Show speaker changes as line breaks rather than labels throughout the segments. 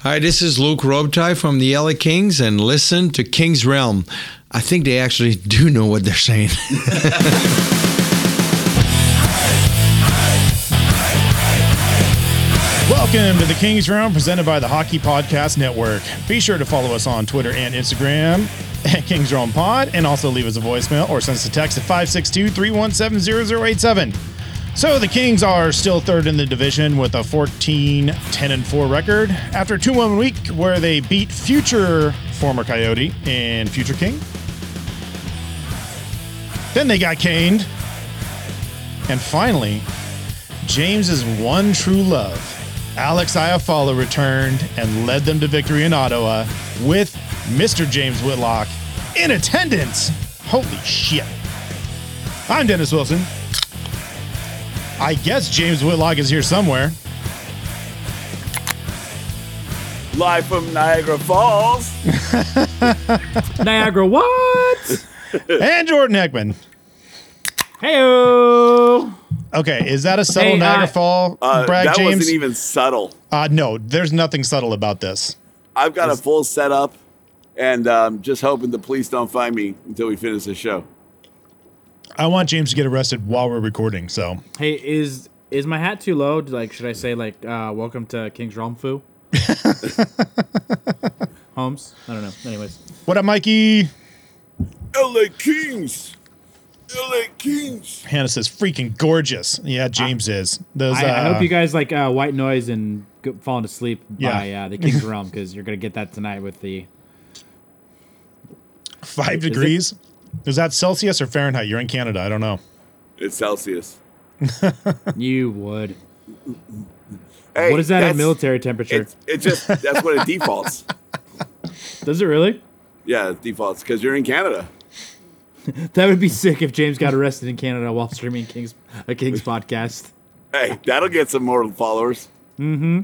Hi, this is Luke Robitaille from the LA Kings, and listen to King's Realm. I think they actually do know what they're saying.
Welcome to the Kings Round presented by the Hockey Podcast Network. Be sure to follow us on Twitter and Instagram at Kings Realm Pod and also leave us a voicemail or send us a text at 562 317 0087. So the Kings are still third in the division with a 14 10 and 4 record after a 2 1 week where they beat future former Coyote and future King. Then they got caned. And finally, James's one true love, Alex Iafallo, returned and led them to victory in Ottawa with Mr. James Whitlock in attendance. Holy shit. I'm Dennis Wilson. I guess James Whitlock is here somewhere.
Live from Niagara Falls.
Niagara what?
And Jordan Heckman.
Heyo.
Okay, is that a subtle
Hey,
Niagara
uh,
Fall
Uh,
brag,
that
James?
wasn't even subtle.
uh, no, there's nothing subtle about this.
I've got a full setup, and um, just hoping the police don't find me until we finish the show.
I want James to get arrested while we're recording, so
Hey, is is my hat too low? Do, Like, should I say like, uh, welcome to King's Realm Foo? Holmes, I don't know. Anyways,
what up, Mikey?
LA Kings. LA Kings.
Hannah says, "Freaking gorgeous." Yeah, James is. Those.
I, I
uh,
hope you guys like uh, white noise and go, falling asleep
Yeah.
by uh, the King's Realm because you're gonna get that tonight with the.
five
it-
degrees. Is that Celsius or Fahrenheit? You're in Canada. I don't know.
It's Celsius.
You would.
Hey,
what is that
that's-
at military temperature?
It's, it's just that's what it defaults.
Does it really?
Yeah, it defaults because you're in Canada.
That would be sick if James got arrested in Canada while streaming King's a King's podcast.
Hey, that'll get some more followers.
Hannah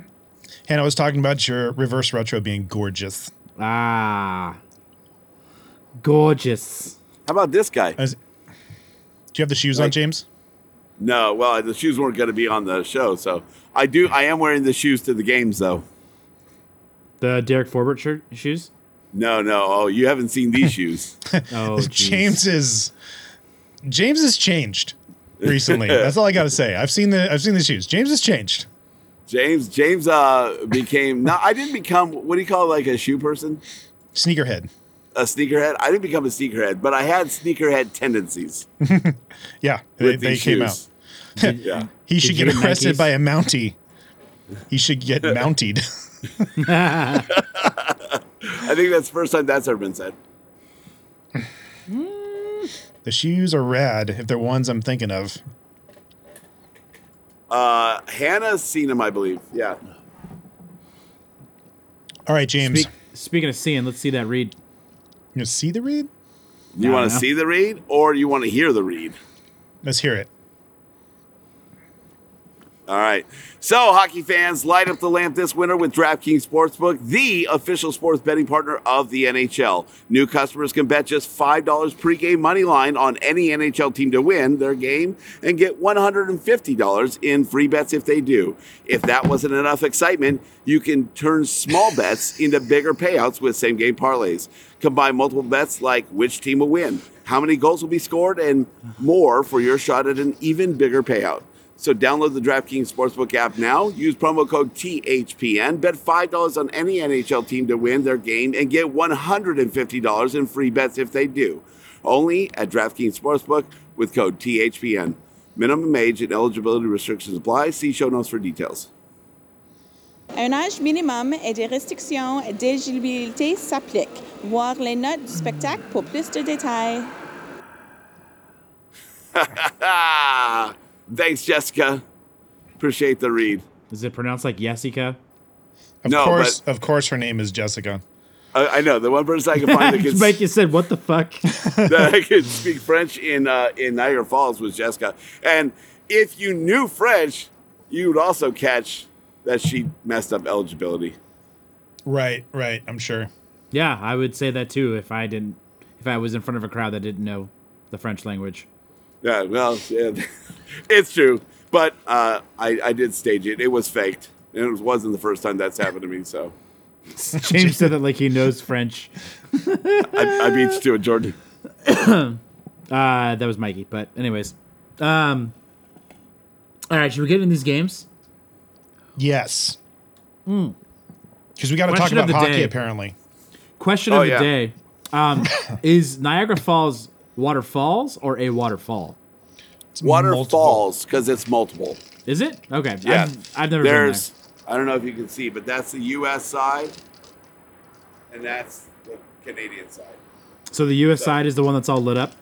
was talking about your reverse retro being gorgeous.
Ah, gorgeous.
How about this guy?
As- do you have the shoes on,
Like-
James?
No, well, the shoes weren't going to be on the show, so I do. I am wearing the shoes to the games, though.
The Derek Forbert shirt shoes.
No, no. Oh, you haven't seen these shoes.
Oh, geez.
James is. James has changed recently. That's all I got to say. I've seen the I've seen the shoes. James has changed.
James James uh became no I didn't become what do you call it, like a shoe person?
Sneakerhead.
A sneakerhead? I didn't become a sneakerhead, but I had sneakerhead tendencies.
Yeah, they,
With
they
these
came out.
shoes. yeah.
He
Did
should
you
get
get
arrested
Nikes?
by a Mountie. He should get mounted.
I think that's the first time that's ever been said.
the shoes are rad if they're ones I'm thinking of.
Uh Hannah's seen him, I believe. Yeah.
All right, James.
Speak- speaking of seeing, let's see that read.
You see the read?
You
I
want to
know.
see the read or you want to hear the read?
Let's hear it.
All right. So, hockey fans, light up the lamp this winter with DraftKings Sportsbook, the official sports betting partner of the NHL. New customers can bet just $5 pregame money line on any NHL team to win their game and get $150 in free bets if they do. If that wasn't enough excitement, you can turn small bets into bigger payouts with same game parlays. Combine multiple bets like which team will win, how many goals will be scored, and more for your shot at an even bigger payout. So download the DraftKings Sportsbook app now. Use promo code THPN. Bet $5 on any NHL team to win their game and get $150 in free bets if they do. Only at DraftKings Sportsbook with code THPN. Minimum age and eligibility restrictions apply. See show notes for details.
Un âge minimum et des restrictions d'éligibilité s'appliquent. Voir les notes du spectacle pour plus de détails.
Ah, Thanks, Jessica. Appreciate the read.
Is it pronounced like Yessica?
Of
No,
course, of course, her name is Jessica.
I, I know the one person I can find that can
Mike, you said what the fuck?
that I could speak French in uh, in Niagara Falls was Jessica. And if you knew French, you would also catch that she messed up eligibility.
Right, right. I'm sure.
yeah, I would say that too if I didn't. If I was in front of a crowd that didn't know the French language.
Yeah, well, yeah, it's true. But uh, I, I did stage it. It was faked. And it wasn't the first time that's happened to me. So
James said it like he knows French.
I, I beat you to it, Jordan.
Uh, that was Mikey. But anyways, um, all right. Should we get in these games?
Yes. Because we got to talk
Hmm. Question of
about
the
hockey,
day.
apparently.
Question
Oh,
of the
yeah.
day: um, Is Niagara Falls waterfalls or a waterfall?
It's multiple.
Waterfalls, because it's multiple.
Is it okay?
Yeah.
I've, I've never
There's, I don't know if you can see, but that's the U.S. side, and that's the Canadian side.
been there. So the U.S. side is the one that's all lit up.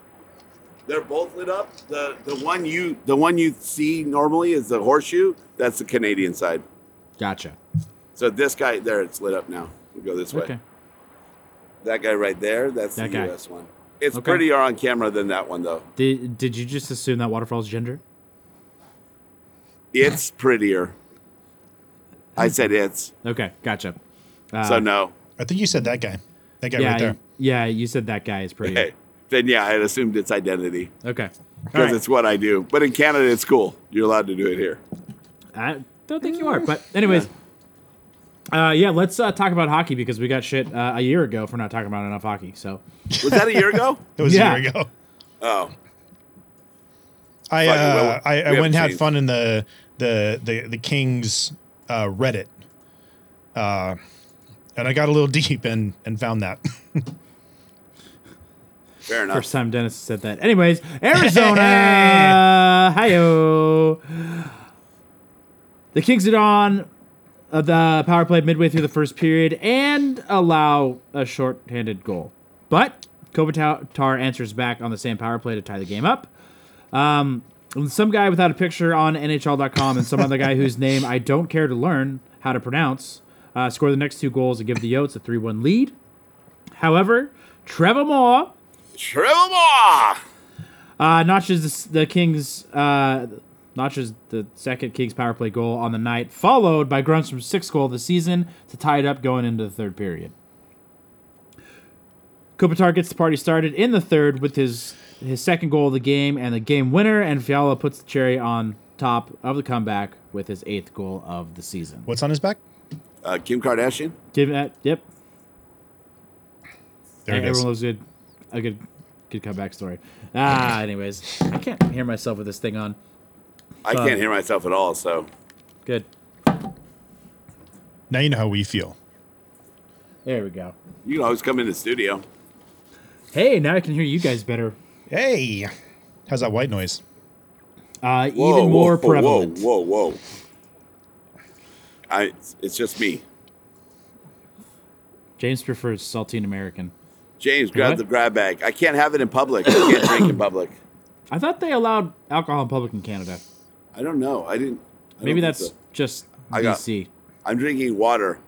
They're both lit up. The the one you the one you see normally is the horseshoe. That's the Canadian side.
Gotcha.
So this guy there, it's lit up now. We go this way.
Okay.
That guy right there, that's
That
the
guy.
U.S. one. It's
Okay.
prettier on camera than that one though.
Did Did you just assume that waterfall's gender?
It's prettier. I said it's.
Okay. Gotcha. Uh,
so no.
I think you said that guy. That guy
yeah,
right there.
yeah. You said that guy is pretty.
Hey, then yeah, I assumed it's identity
Okay.
because it's what I do. But in Canada, it's cool. You're allowed to do it here.
I don't think you are, but anyways. Uh, yeah, let's uh, talk about hockey because we got shit uh, a year ago for not talking about enough hockey. So
Was that a year ago?
It was
Yeah.
a year ago.
Oh,
I
Fucking
uh,
well,
I,
we
I went and
haven't
had
seen-
fun in the the the the Kings uh, Reddit, uh, and I got a little deep and and found that
fair enough.
first time Dennis said that. Anyways, Arizona, hiyo. The Kings are on uh, the power play midway through the first period and allow a shorthanded goal, but Kopitar answers back on the same power play to tie the game up. Um, and some guy without a picture on NHL.com and some other guy whose name I don't care to learn how to pronounce uh, score the next two goals and give the Yotes a 3 1 lead. However, Trevor Moore
Trevor Moore!
uh, notches the, the Kings uh, notches the second Kings power play goal on the night, followed by Grunstrom's sixth goal of the season to tie it up going into the third period. Kopitar gets the party started in the third with his his second goal of the game and the game winner, and Fiala puts the cherry on top of the comeback with his eighth goal of the season.
what's on his back.
Uh, Kim Kardashian.
Give that, yep.
There it
Everyone
is.
loves good, a good, good comeback story. Ah, anyways, I can't hear myself with this thing on.
I can't hear myself at all, so
Good.
Now you know how we feel.
There we go.
you can always come in the studio.
Hey, now I can hear you guys better.
Hey, how's that white noise?
Uh,
Whoa,
even
whoa,
more
whoa,
prevalent.
Whoa, whoa, whoa. I, it's- it's just me.
James prefers saltine American.
James, grab
What?
the grab bag. I can't have it in public. I can't drink in public.
I thought they allowed alcohol in public in Canada.
I don't know. I didn't. I don't
Maybe
think
that's
so.
just
I got-
DC.
I'm drinking water.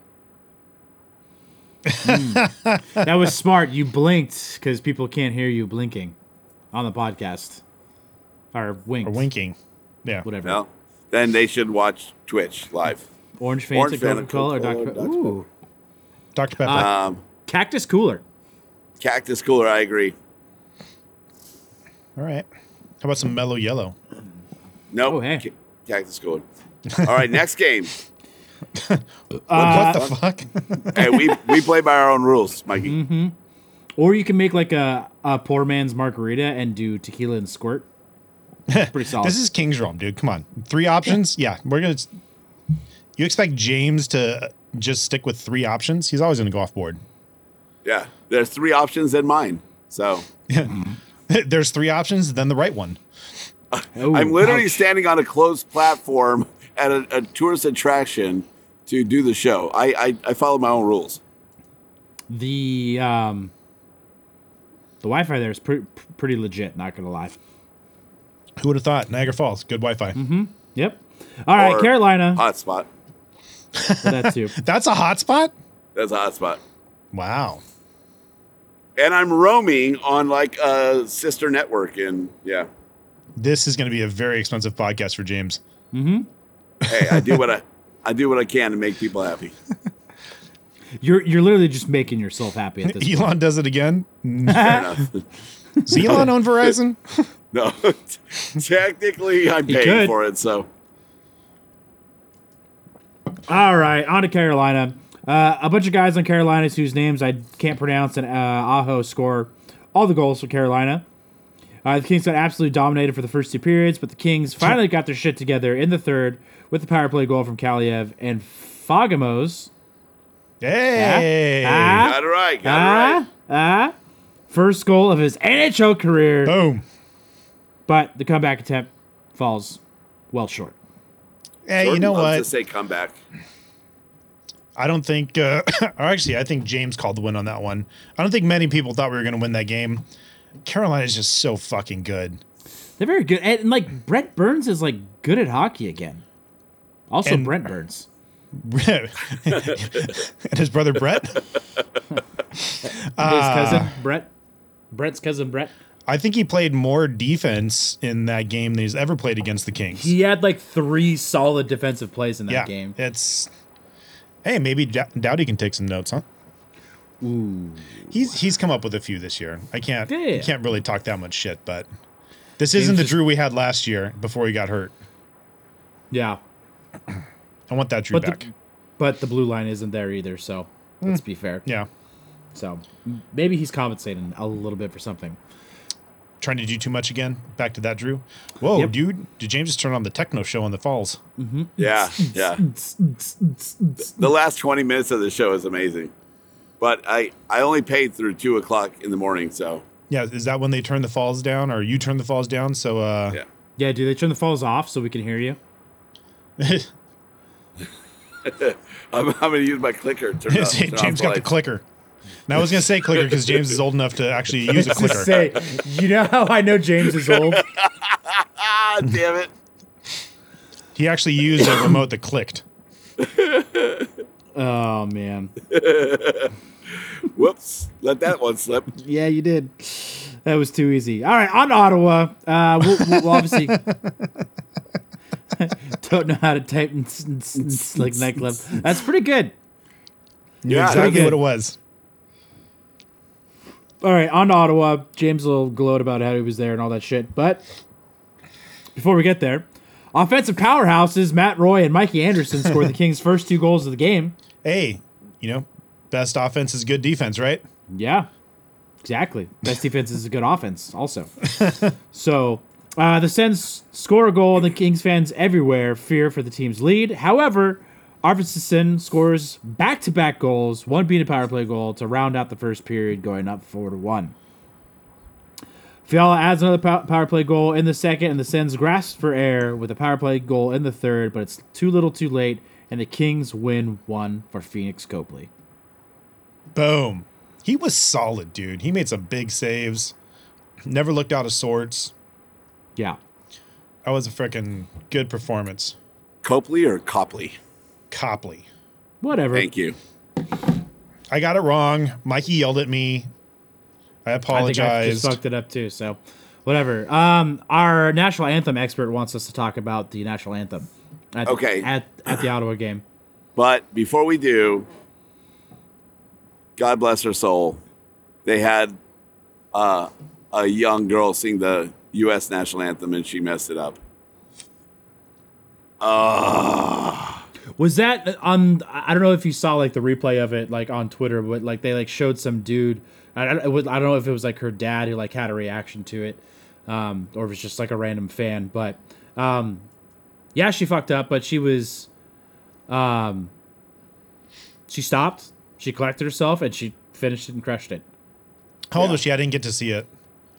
that was smart. You blinked because people can't hear you blinking on the podcast. Or wink.
Or winking? Yeah.
Whatever.
No. Then they should watch Twitch live.
Orange
Orange Fanta,
Fanta, Coca Cola, or
Coca-Cola, Dr.
Dr.
Pepper.
Ooh.
Dr.
Uh,
Pepper.
Um,
Cactus Cooler.
Cactus cooler. I agree.
All right. How about some mellow yellow?
Nope.
Oh, hey.
Ca- Cactus cooler. All right, next game.
what the fuck?
Hey, we we play by our own rules, Mikey.
Mm-hmm. Or you can make like a, a poor man's margarita and do tequila and squirt. Pretty solid.
this is King's Realm, dude. Come on. Three options? Yeah. We're going to. You expect James to just stick with three options? He's always going to go off board.
Yeah. There's three options in mine. So
There's three options, then the right one.
Ooh,
I'm literally
ouch.
standing on a closed platform at a, a tourist attraction to do the show. I, I, I follow my own rules.
the um the Wi-Fi there is pretty pretty legit. Not gonna lie.
Who would have thought? Niagara Falls, good Wi Fi.
Yep. All right,
Or
Carolina.
Hotspot.
That too.
That's a hotspot?
That's a hotspot.
Wow.
And I'm roaming on like a sister network. And yeah,
This is going to be a very expensive podcast for James.
hey, I do what I, I do what I can to make people happy.
You're you're literally just making yourself happy at this. point.
Elon does it again.
Fair enough.
Does Elon own Verizon?
No, technically I'm
He
paying
could.
for it. So
All right, on to Carolina. Uh, a bunch of guys on Carolinas whose names I can't pronounce, and uh, Aho score all the goals for Carolina. Uh, the Kings got absolutely dominated for the first two periods, but the Kings finally got their shit together in the third with the power play goal from Kaliev and Fagamos.
Hey.
Ah,
Got it right. Got it right.
ah, ah, first goal of his NHL career,
Boom.
but the comeback attempt falls well short.
Hey, you
Jordan
know
loves
what?
To say comeback.
I don't think, uh, or actually, I think James called the win on that one. I don't think many people thought we were going to win that game. Carolina's just so fucking good.
They're very good, and, and, like Brent Burns is like good at hockey again. Also,
And-
Brent Burns.
and his brother Brett. uh,
his cousin Brett. Brett's cousin Brett.
I think he played more defense in that game than he's ever played against the Kings.
He had like three solid defensive plays in that
yeah,
game.
it's. Hey, maybe D- Dowdy can take some notes, huh?
Ooh.
He's he's come up with a few this year. I can't
Yeah.
you can't really talk that much shit, but this isn't the
just-
Drew we had last year before he got hurt.
Yeah.
I want that Drew
But
back. Hmm.
the, but the blue line isn't there either, so let's be fair.
yeah,
So m- maybe he's compensating a little bit for something.
trying to do too much again. Back to that Drew. Whoa,
Yep.
dude! Did James just turn on the techno show on the Falls?
Yeah, yeah. The last 20 minutes of the show is amazing. But I, I only paid through 2 o'clock in the morning, so
Yeah, is that when they turn the Falls down, or you turn the Falls down? So uh,
yeah.
Yeah, do they turn the falls off so we can hear you?
I'm, I'm going to use my clicker. Turn it off- turn off
James got the
lights.
clicker. And I was gonna say clicker because James is old enough to actually use a clicker.
say, you know how I know James is old?
Ah, damn it.
He actually used a remote that clicked.
oh man.
Whoops. Let that one slip.
Yeah, you did. That was too easy. All right, on Ottawa, uh, we'll, we'll obviously don't know how to type n- n- n- like nightclub. That's pretty good.
Knew
Yeah,
exactly
okay.
what it was.
All right, on to Ottawa. James will gloat about how he was there and all that shit. But before we get there, offensive powerhouses Matt Roy and Mikey Anderson scored the Kings' first two goals of the game.
Hey, you know, best offense is good defense, right?
Yeah, exactly. Best defense is a good offense, also. so uh, the Sens score a goal, and the Kings fans everywhere fear for the team's lead. However, Arvidsson scores back-to-back goals, one being a power play goal to round out the first period, going up four to one. Fiala adds another pow- power play goal in the second, and the Sens grasp for air with a power play goal in the third, but it's too little, too late, and the Kings win one for Phoenix Copley.
Boom. He was solid, dude. He made some big saves. Never looked out of sorts.
Yeah,
That was a freaking good performance.
Copley or Copley?
Copley.
whatever.
Thank you.
I got it wrong. Mikey yelled at me. I
I think I
apologize.
just fucked it up too. So, whatever. Um, our national anthem expert wants us to talk about the national anthem. At,
Okay.
At at the Ottawa game.
But before we do, God bless her soul. They had uh, a young girl sing the U.S. national anthem and she messed it up.
Was that on? I don't know if you saw like the replay of it, like on Twitter, but like they like showed some dude. I don't, it was- I don't know if it was like her dad who like had a reaction to it, um, or if it's just like a random fan. But um, yeah, she fucked up, but she was, um, she stopped, she collected herself, and she finished it and crushed it.
How old was she? I didn't get to see it.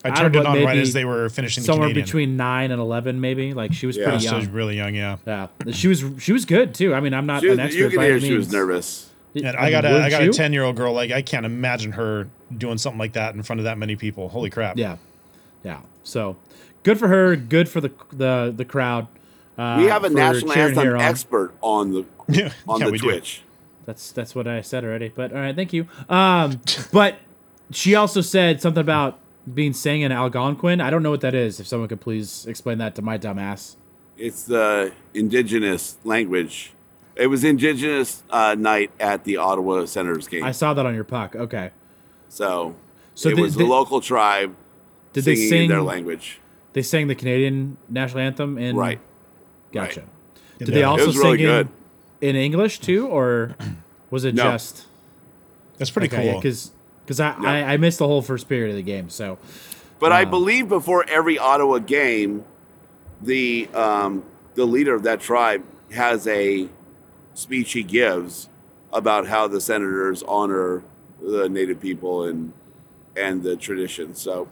I
don't
turned
know,
it on right
maybe
as they were finishing the
somewhere
Canadian.
between nine and eleven, maybe. Like she was
Yeah.
pretty
She
young.
was really young, yeah.
yeah, she was she was good too. I mean, I'm not
She
an
was,
expert.
you could
by
hear
any
she was
means.
nervous.
And
I
I
mean,
got a I
wouldn't
got a
you?
ten year old girl. Like I can't imagine her doing something like that in front of that many people. Holy crap!
Yeah, yeah. So good for her. Good for the the the crowd. Uh,
We have a
for
national
cheering her
anthem
on.
expert on the
Yeah,
on
yeah,
the
we do.
Twitch.
That's that's what I said already. But all right, thank you. Um, but she also said something about being sang in Algonquin. I don't know what that is. If someone could please explain that to my dumb ass.
It's the indigenous language. It was indigenous uh, night at the Ottawa Senators game.
I saw that on your puck. Okay.
so,
So
it
they-
was
they-
the local tribe
Did
singing
they
in
sing
their language.
They sang the Canadian national anthem in
Right.
Gotcha.
Right.
Did they
Yeah.
also
It was really
sing
good.
in, in English too, or Was it
No.
just
That's pretty
okay?
cool.
Because because I, I I missed the whole first period of the game. So
But
Hmm.
I believe before every Ottawa game, the um, the leader of that tribe has a speech he gives about how the senators honor the native people and and the tradition. So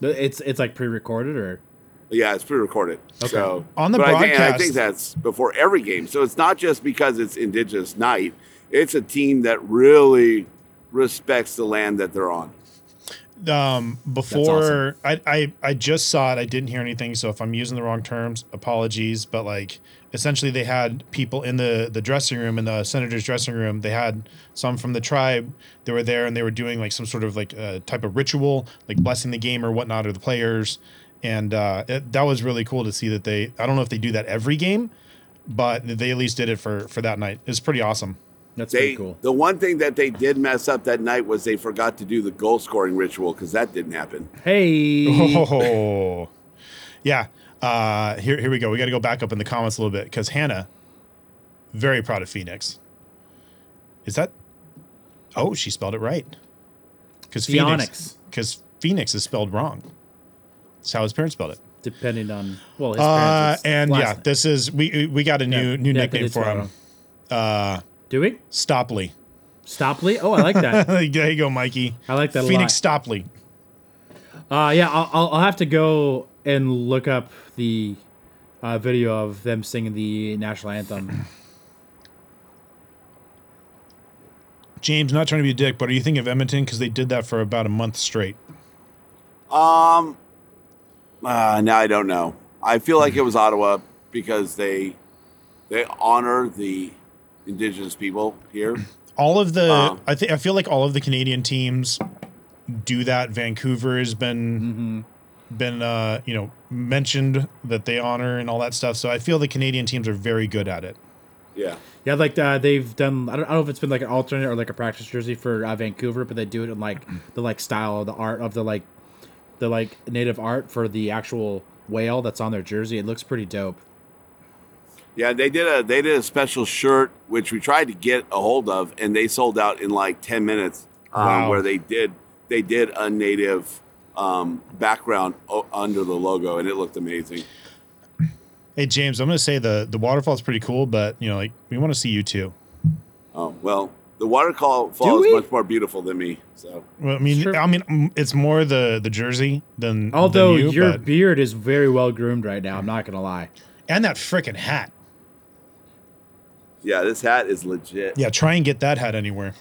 it's it's like pre-recorded or
yeah, it's pre-recorded. So
On the
but I think, and I
broadcast-
think that's before every game. So it's not just because it's Indigenous Night. It's a team that really respects the land that they're on.
um, before I, I I just saw it. I didn't hear anything, so if I'm using the wrong terms, apologies. But like, essentially, they had people in the the dressing room in the senator's dressing room. They had some from the tribe that were there, and they were doing like some sort of like uh, type of ritual, like blessing the game or whatnot, or the players. And uh, it, that was really cool to see that they. I don't know if they do that every game, but they at least did it for for that night. It's pretty awesome.
that's
They
pretty cool.
the one thing that they did mess up that night was they forgot to do the goal scoring ritual because that didn't happen.
Hey,
Oh, yeah. Uh, here, here we go. We got to go back up in the comments a little bit because Hannah, very proud of Phoenix. Is that? Oh, she spelled it right. Because Phoenix,
Phoenix.
because Phoenix is spelled wrong. That's how his parents spelled it.
depending on well, his
Uh,
parents.
and
last
yeah,
name.
this is we we got a new new
Yeah, they
nickname
did
for
spell it
him, Uh,
wrong. Do we?
Stopley.
Stopley? Oh, I like that.
there you go, Mikey.
I like that a
Phoenix Stopley.
uh, yeah, I'll, I'll, I'll have to go and look up the uh, video of them singing the national anthem.
James, not trying to be a dick, but are you thinking of Edmonton because they did that for about a month straight?
Um, uh, now I don't know. I feel like it was Ottawa because they they honor the indigenous people here.
all of the
Wow.
Um,
I think I feel like all of the Canadian teams do that. Vancouver has been
Mm-hmm.
been uh, you know mentioned that they honor and all that stuff. So I feel the Canadian teams are very good at it.
Yeah,
Yeah, like uh, they've done. I don't, I don't know if it's been like an alternate or like a practice jersey for uh, Vancouver, but they do it in like the like style of the art of the like the like native art for the actual whale that's on their jersey. It looks pretty dope.
yeah. They did a they did a special shirt which we tried to get a hold of, and they sold out in like ten minutes. Um,
Wow.
Where they did they did a native um, background o- under the logo, and it looked amazing.
Hey James, I'm gonna say the the waterfall's pretty cool, but you know like we want to see you too.
Oh well, the waterfall
Do
fall is
we?
much more beautiful than me. So
Well, I mean,
Sure.
I mean, mm, it's more the the jersey than than
Although
you,
your
but-
beard is very well groomed right now, I'm not gonna lie.
and that freaking hat.
yeah, this hat is legit.
Yeah, try and get that hat anywhere.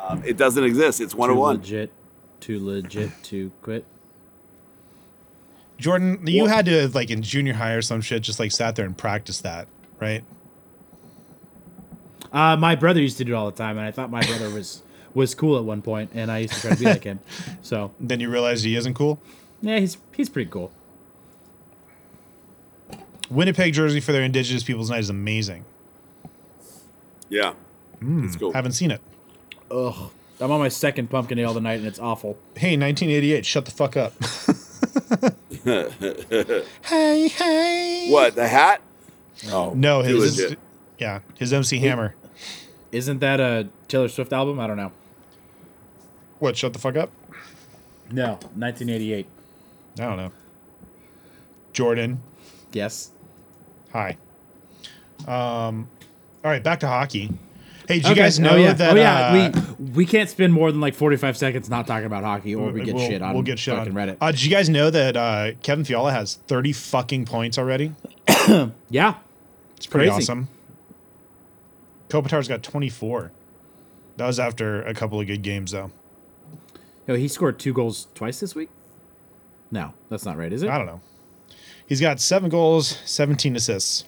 Um, it doesn't exist. It's
Too
101.
legit, too legit to quit.
Jordan, you
Well-
had to like in junior high or some shit, just like sat there and practiced that, right?
Uh, my brother used to do it all the time, and I thought my brother was was cool at one point, and I used to try to be like him. So
Then you realize he isn't cool.
yeah, he's he's pretty cool.
Winnipeg jersey for their Indigenous Peoples Night is amazing.
Yeah.
Hmm.
it's cool.
Haven't seen it.
Ugh, I'm on my second pumpkin ale tonight, and it's awful.
Hey, 1988, shut the fuck up. hey, hey.
What the hat? Oh
No,
too
his,
legit.
yeah, his MC Hammer.
Isn't that a Taylor Swift album? I don't know.
What? Shut the fuck up.
No, 1988.
I don't know. Jordan,
Yes.
hi. Um, all right, back to hockey. Hey, did you
Okay.
guys know
oh, yeah.
that?
Oh yeah,
uh,
we we can't spend more than like 45 seconds not talking about hockey, or we get
we'll,
shit on.
we'll get shit on
fucking Reddit.
Uh, did you guys know that uh, Kevin Fiala has 30 fucking points already?
yeah,
It's pretty
Crazy.
awesome. Kopitar's got 24. That was after a couple of good games, though.
Yo, he scored two goals twice this week. No, that's not right, is it?
I don't know. He's got seven goals, 17 assists.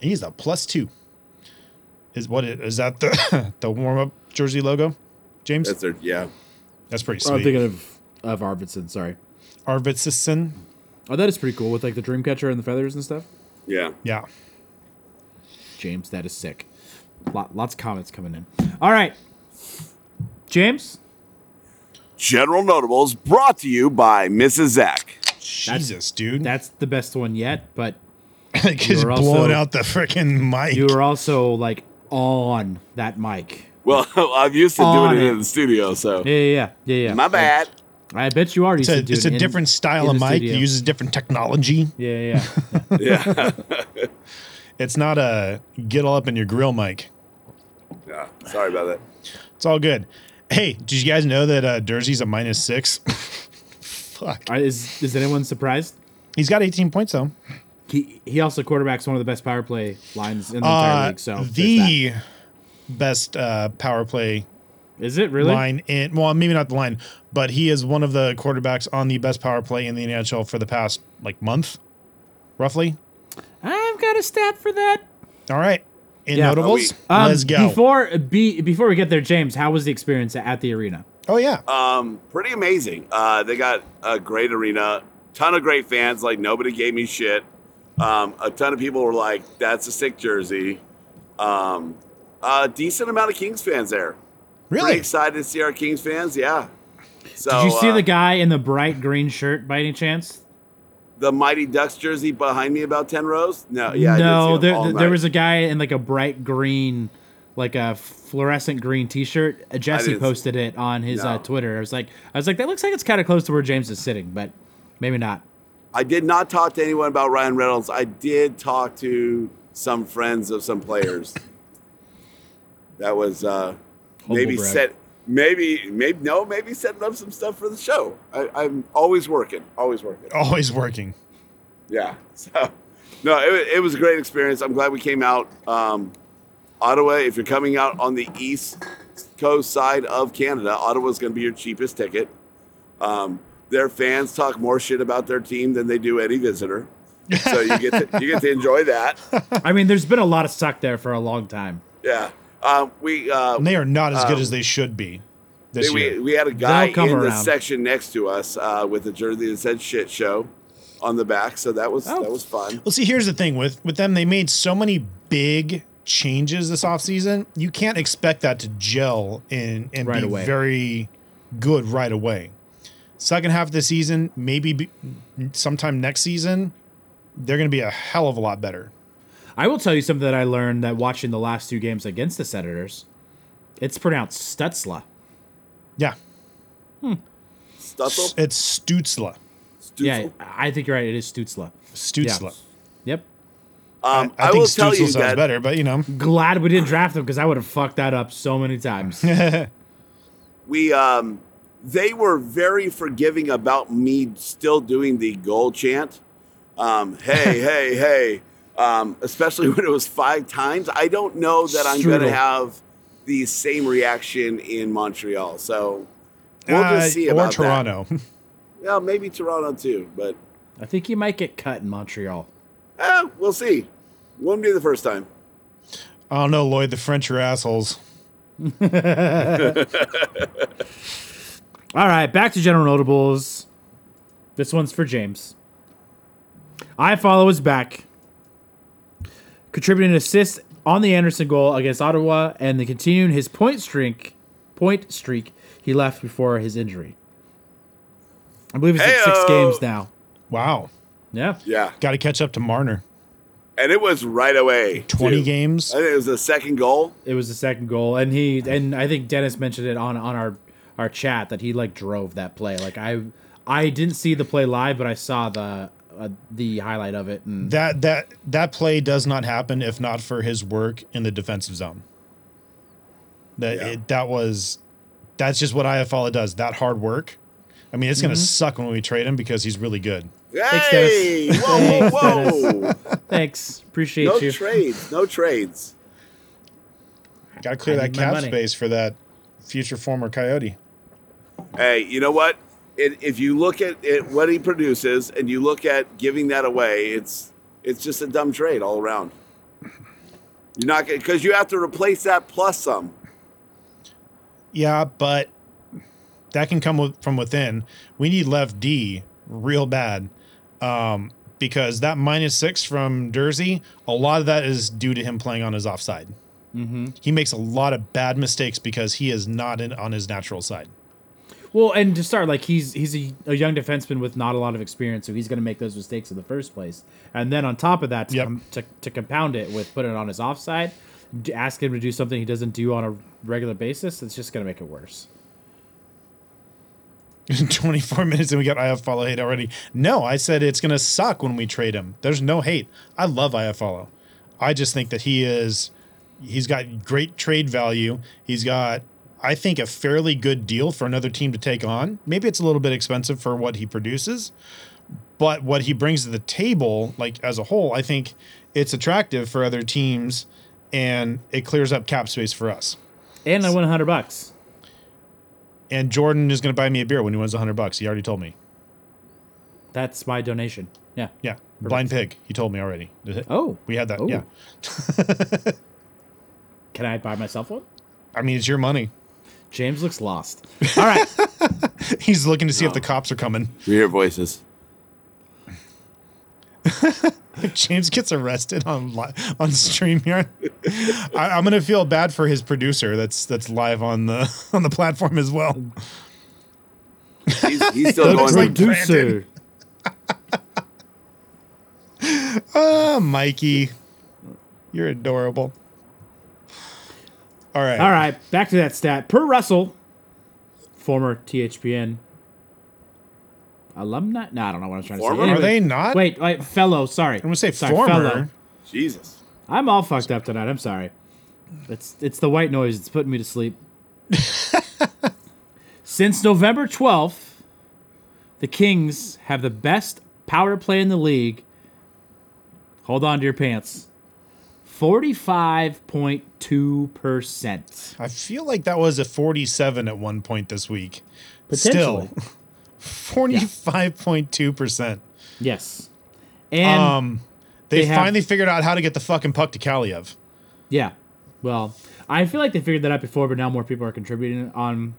He's a plus two. Is what it, is that the the warm up jersey logo, James?
That's
That's,
their yeah.
pretty
Oh, I'm
sweet.
thinking of of Arvidsson. Sorry.
Arvidsson,
Oh, that is pretty cool with like the dream catcher and the feathers and stuff.
Yeah.
yeah.
James, that is sick. Lot, lots of comments coming in. All right, James.
General Notables brought to you by Mrs. Zach.
Jesus, dude,
That's the best one yet, but
because
you were
blowing
also-
out the freaking mic.
you were also like on that mic.
Well, I'm used to
On
doing it
it.
in the studio, so
Yeah, yeah, yeah, yeah. yeah.
my bad.
I bet you are.
It's a, it's a different style of mic.
Yeah,
It uses different technology.
yeah, yeah.
Yeah.
It's not a get all up in your grill mic.
yeah. Sorry about that.
It's all good. Hey, did you guys know that uh, Dersey's a minus six? Fuck.
All right, is is anyone surprised?
He's got 18 points though.
He he also quarterbacks one of the best power play lines in the entire
Uh,
league. So there's that.
the best uh, power play
is it really?
line in well, maybe not the line, but he is one of the quarterbacks on the best power play in the NHL for the past like month, roughly.
I've got a stat for that.
All right. In
Yeah.
notables,
Um,
let's go.
Before be, before we get there, James, how was the experience at the arena?
oh yeah.
Um, pretty amazing. Uh, they got a great arena, ton of great fans. Like nobody gave me shit. Um, a ton of people were like, "That's a sick jersey." Um, a decent amount of Kings fans there. Pretty
really?
excited to see our Kings fans. Yeah. So
Did you see
uh,
the guy in the bright green shirt by any chance?
the Mighty Ducks jersey behind me about ten rows? No. Yeah. I
no,
did see him all
there, there
night.
was a guy in like a bright green, like a fluorescent green T-shirt. Uh,
didn't
Jesse
see-
posted it on his
No.
uh, Twitter. I was like, I was like, that looks like it's kind of close to where James is sitting, but maybe not.
I did not talk to anyone about Ryan Reynolds. I did talk to some friends of some players. that was uh, maybe
brag.
set, maybe maybe no, maybe setting up some stuff for the show. I, I'm always working, always working.
Always working.
Yeah. So no, it, wa- it was a great experience. I'm glad we came out. Um, Ottawa, if you're coming out on the east coast side of Canada, Ottawa's going to be your cheapest ticket. Um, their fans talk more shit about their team than they do any visitor. So you get to, you get to enjoy that.
I mean, there's been a lot of suck there for a long time.
Yeah. Um, we uh,
And they are not as good
Um,
as they should be this
we,
year.
we had a guy in
come
the
around.
section next to us uh, with a jersey that said "shit show" on the back. So that was
Oh.
that was fun.
Well, see, here's the thing with with them, they made so many big changes this offseason. You can't expect that to gel and and
Right
be
away.
very good right away. Second half of the season, maybe be, sometime next season, they're going to be a hell of a lot better.
I will tell you something that I learned that watching the last two games against the Senators, it's pronounced Stutzla.
Yeah,
Stutzel,
it's Stutzla.
Stutzel?
Yeah, I think you're right. It is Stutzla.
Stutzla.
Yep.
Um,
I,
I,
think
will
Stutzla
tell you
sounds
that
better, but you know,
Glad we didn't draft him because I would have fucked that up so many times.
we um, they were very forgiving about me still doing the goal chant. Um, hey, hey, hey! Um, especially when it was five times. I don't know that I'm going to
Strudel.
have the same reaction in Montreal. So we'll
Uh,
just see
or
about that.
Toronto.
Yeah, maybe Toronto too, but
I think you might get cut in Montreal.
eh, we'll see. Won't be the first time.
I don't know, Lloyd. The French are assholes.
All right, back to general notables. This one's for James. I follow is back, contributing an assist on the Anderson goal against Ottawa and the continuing his point streak, point streak he left before his injury. I believe it's at six
Heyo.
games now.
Wow,
Yeah,
Yeah,
got to catch up to Marner.
and it was right away.
Twenty
too.
games.
I think it was the second goal.
it was the second goal, and he and I think Dennis mentioned it on on our our chat that he like drove that play. Like I I didn't see the play live, but I saw the uh, the highlight of it and.
that that that play does not happen if not for his work in the defensive zone. That
Yeah.
it, that was that's just what Iafala does. That hard work. I mean, it's gonna
Mm-hmm.
suck when we trade him because he's really good.
Hey!
Dennis.
Whoa,
Thanks,
whoa, whoa!
Thanks. Appreciate
No
you.
trades. No trades.
Got to clear
I
that
need my
cap
money.
space for that future former Coyote.
Hey, you know what? It, if you look at it, what he produces, and you look at giving that away, it's it's just a dumb trade all around. You're not gonna because you have to replace that plus some.
Yeah, but that can come with, from within. We need left D real bad um, because that minus six from Dersey, a lot of that is due to him playing on his offside. He makes a lot of bad mistakes because he is not in, on his natural side.
Well, and to start, like he's he's a, a young defenseman with not a lot of experience, so he's going to make those mistakes in the first place. And then on top of that, to,
Yep.
com- to, to compound it with putting it on his offside, d- ask him to do something he doesn't do on a regular basis, it's just going to make it worse.
24 minutes and we got IF follow hate already. No, I said it's going to suck when we trade him. There's no hate. I love IF follow. I just think that he is, he's got great trade value. He's got, I think, a fairly good deal for another team to take on. Maybe it's a little bit expensive for what he produces, but what he brings to the table, like as a whole, I think it's attractive for other teams and it clears up cap space for us.
And I won 100 bucks.
And Jordan is going to buy me a beer when he wins 100 bucks. He already told me.
That's my donation. Yeah.
Yeah, blind pig. He told me already. Did it-
Oh.
we had that.
Oh.
Yeah,
Can I buy myself one?
I mean it's your money.
James looks lost.
He's looking to see if the cops are coming.
We hear voices.
James gets arrested on li- on Streamyard. I, I'm gonna feel bad for his producer. That's that's live on the on the platform as well.
He's, he's still
looks
going.
like- Brandon. Oh, Mikey, you're adorable. All right.
All right, back to that stat. Per Russell, former THPN alumni. No, I don't know what I'm trying
Former?
to say.
Are they not?
Wait, wait, fellow. Sorry, I'm
gonna say
sorry,
former.
Jesus.
I'm all fucked up tonight. I'm sorry. It's it's the white noise. It's putting me to sleep. Since November 12th, the Kings have the best power play in the league. Hold on to your pants. 45.2%.
I feel like that was a 47 at one point this week.
Potentially.
Still, 45.2 percent.
Yes. And
Um, they,
They have-
finally figured out how to get the fucking puck to Kaliev.
yeah. Well, I feel like they figured that out before, but now more people are contributing on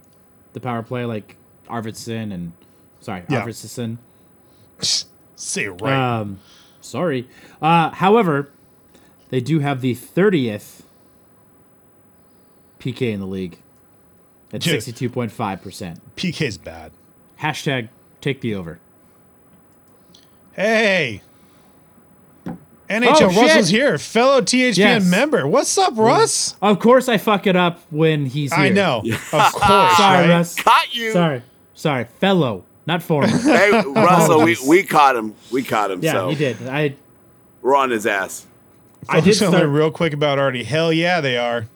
the power play, like Arvidsson and sorry,
Yeah.
Arvidsson.
Say it right.
Um, sorry. Uh, however, they do have the 30th PK in the league at
Dude.
62.5%.
PK's bad.
Hashtag take the over.
Hey. NHL
Oh, shit.
Russell's here, fellow THPN
Yes.
member. What's up, Russ?
Of course, I fuck it up when he's here.
I know. Of course.
Sorry,
right?
Russ.
Caught you.
Sorry. Sorry. Fellow, not former.
Hey, Russell, we, we caught him. We caught him.
yeah,
so
you did. I
we're on his ass.
I did
Something
start.
real quick about Artie. Hell yeah, they are.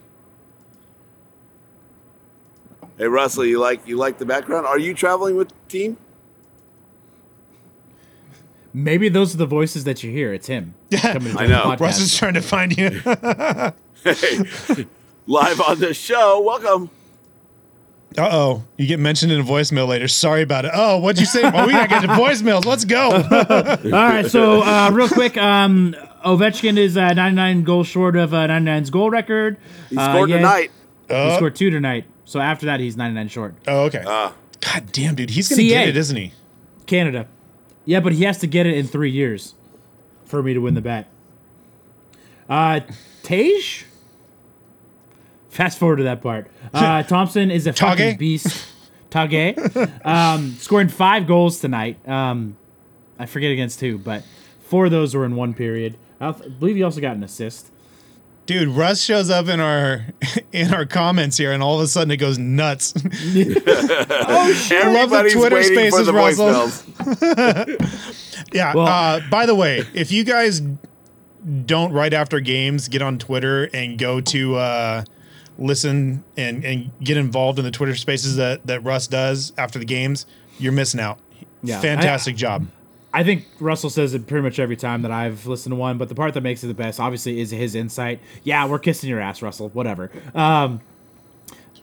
Hey, Russell, you like you like the background? Are you traveling with the team?
Maybe those are the voices that you hear. It's him. Yeah,
I know.
Russ is trying to find you.
Live on the show. Welcome.
Uh oh, you get mentioned in a voicemail later. Sorry about it. Oh, what'd you say? Well, we gotta get to voicemails. Let's go.
All right, so uh, real quick, um, Ovechkin is uh, 99 goals short of uh, 99's goal record. Uh,
He
Uh,
scored tonight.
He scored two tonight, so after that, he's 99 short.
Oh, okay.
Uh,
God damn, dude, he's gonna
CA.
get it, isn't he?
Canada. Yeah, but he has to get it in three years for me to win the bet. Uh, Tej? Fast forward to that part. Uh, Thompson is a
Tage?
fucking beast. Tage. Um, scoring five goals tonight. Um, I forget against who, but four of those were in one period. I th- believe he also got an assist.
Dude, Russ shows up in our in our comments here, and all of a sudden it goes nuts. love the
Everybody's
Twitter
waiting for
spaces,
the
Russell.
voicemails.
yeah.
Well-
uh, by the way, if you guys don't right after games get on Twitter and go to uh, listen and and get involved in the Twitter spaces that that Russ does after the games, you're missing out.
Yeah.
Fantastic job.
I think Russell says it pretty much every time that I've listened to one, but the part that makes it the best, obviously, is his insight. Yeah, we're kissing your ass, Russell. Whatever. Um,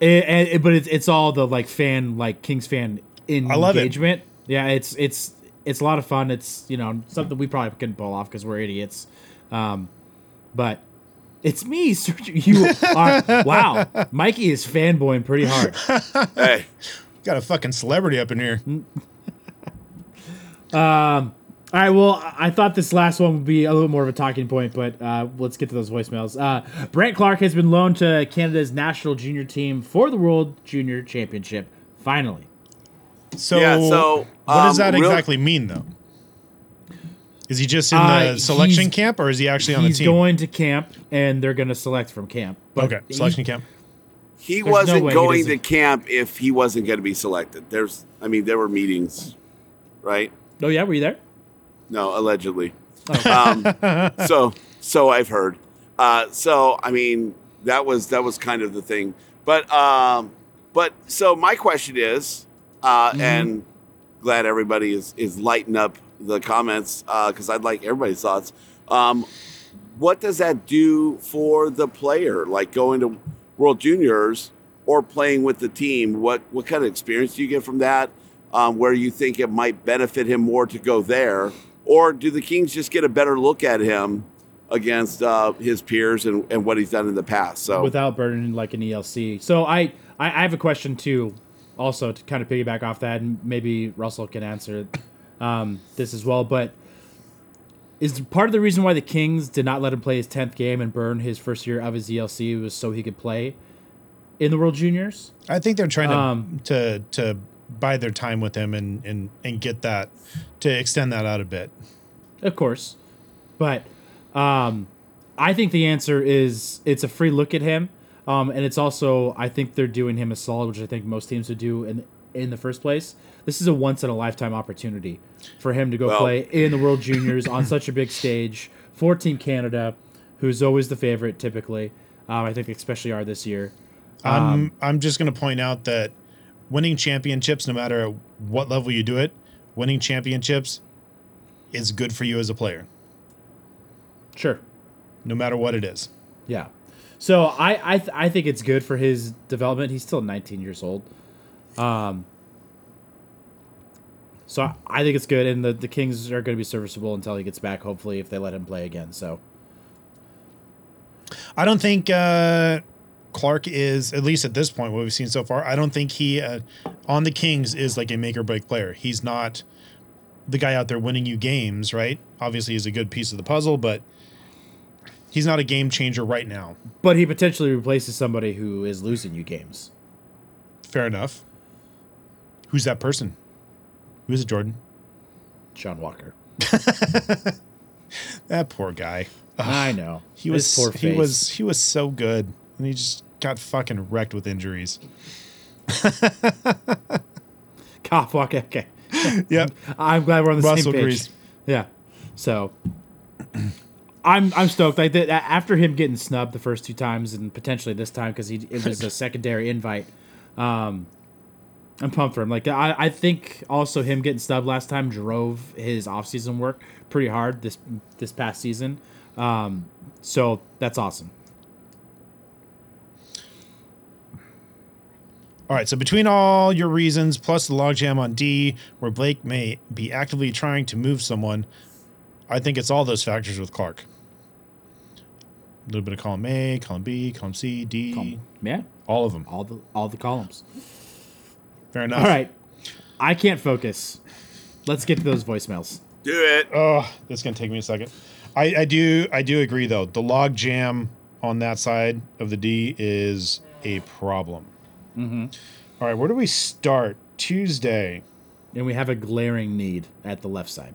it, it- but it's, it's all the like fan, like Kings fan engagement.
love it.
Yeah, it's it's it's a lot of fun. It's you know something we probably couldn't pull off because we're idiots. Um, but it's me, Sergio. You are wow. Mikey is fanboying pretty hard.
Hey,
Got a fucking celebrity up in here.
Mm, All right. Well, I- I thought this last one would be a little more of a talking point, but uh, let's get to those voicemails. Uh, Brant Clark has been loaned to Canada's national junior team for the World Junior Championship. Finally,
So,
Yeah, so,
what does
um,
that
real-
exactly mean, though? Is he just in the
Uh,
selection
he's-
camp or is he actually on the
He's
team?
going to camp, and they're going to select from camp. But
okay,
he-
selection camp.
He
no
wasn't
way he
going to
doesn't-
camp if he wasn't going to be selected. There's, I mean, there were meetings, right?
Oh yeah, were you there?
No, allegedly. Um, so, so I've heard. Uh, so, I mean, that was that was kind of the thing. But, um, but so my question is, uh,
Mm-hmm.
and glad everybody is is lighting up the comments because I'd like everybody's thoughts. Um, what does that do for the player? Like going to World Juniors or playing with the team? What what kind of experience do you get from that? Um, where you think it might benefit him more to go there, or do the Kings just get a better look at him against uh, his peers and, and what he's done in the past? So
without burdening like an ELC. So I, I, I have a question too, also to kind of piggyback off that, and maybe Russell can answer um, this as well. But is part of the reason why the Kings did not let him play his tenth game and burn his first year of his ELC was so he could play in the World Juniors?
I think they're trying to
Um,
to to buy their time with him and and and get that to extend that out a bit.
Of course. But um, I think the answer is it's a free look at him. Um, and it's also, I think they're doing him a solid, which I think most teams would do in, in the first place. This is a once in a lifetime opportunity for him to go
Well-
play in the World Juniors on such a big stage for Team Canada, who's always the favorite typically. Um, I think they especially are this year.
I'm I'm just going to point out that winning championships, no matter at what level you do it, winning championships is good for you as a player,
Sure.
no matter what it is.
Yeah. So I I, th- I think it's good for his development. He's still 19 years old. Um. So I- I think it's good, and the, the Kings are going to be serviceable until he gets back. Hopefully, if they let him play again. So
I don't think uh, Clark is, at least at this point, what we've seen so far. I don't think he uh, on the Kings is like a make or break player. He's not the guy out there winning you games, right? Obviously, he's a good piece of the puzzle, but he's not a game changer right now.
but he potentially replaces somebody who is losing you games.
Fair enough. Who's that person? Who is it, Jordan?
Sean Walker.
That poor guy.
I know
He
His
was
poor
he
face.
was he was so good, and he just got fucking wrecked with injuries.
cop walk. Okay,
Yep.
I'm glad we're on the
Russell
same page.
agrees.
Yeah. So I'm I'm stoked. Like that after him getting snubbed the first two times and potentially this time because he it was a secondary invite. Um, I'm pumped for him. Like I, I think also him getting snubbed last time drove his offseason work pretty hard this this past season. Um, so that's awesome.
All right, so between all your reasons plus the logjam on D, where Blake may be actively trying to move someone, I think it's all those factors with Clark. A little bit of column A, column B, column C, D,
Yeah,
all of them.
all the all the columns.
Fair enough.
All right, I can't focus. Let's get to those voicemails.
do it.
Oh, that's gonna take me a second. I, I do I do agree though. The log jam on that side of the D is a problem. All right, where do we start? Tuesday.
and we have a glaring need at the left side.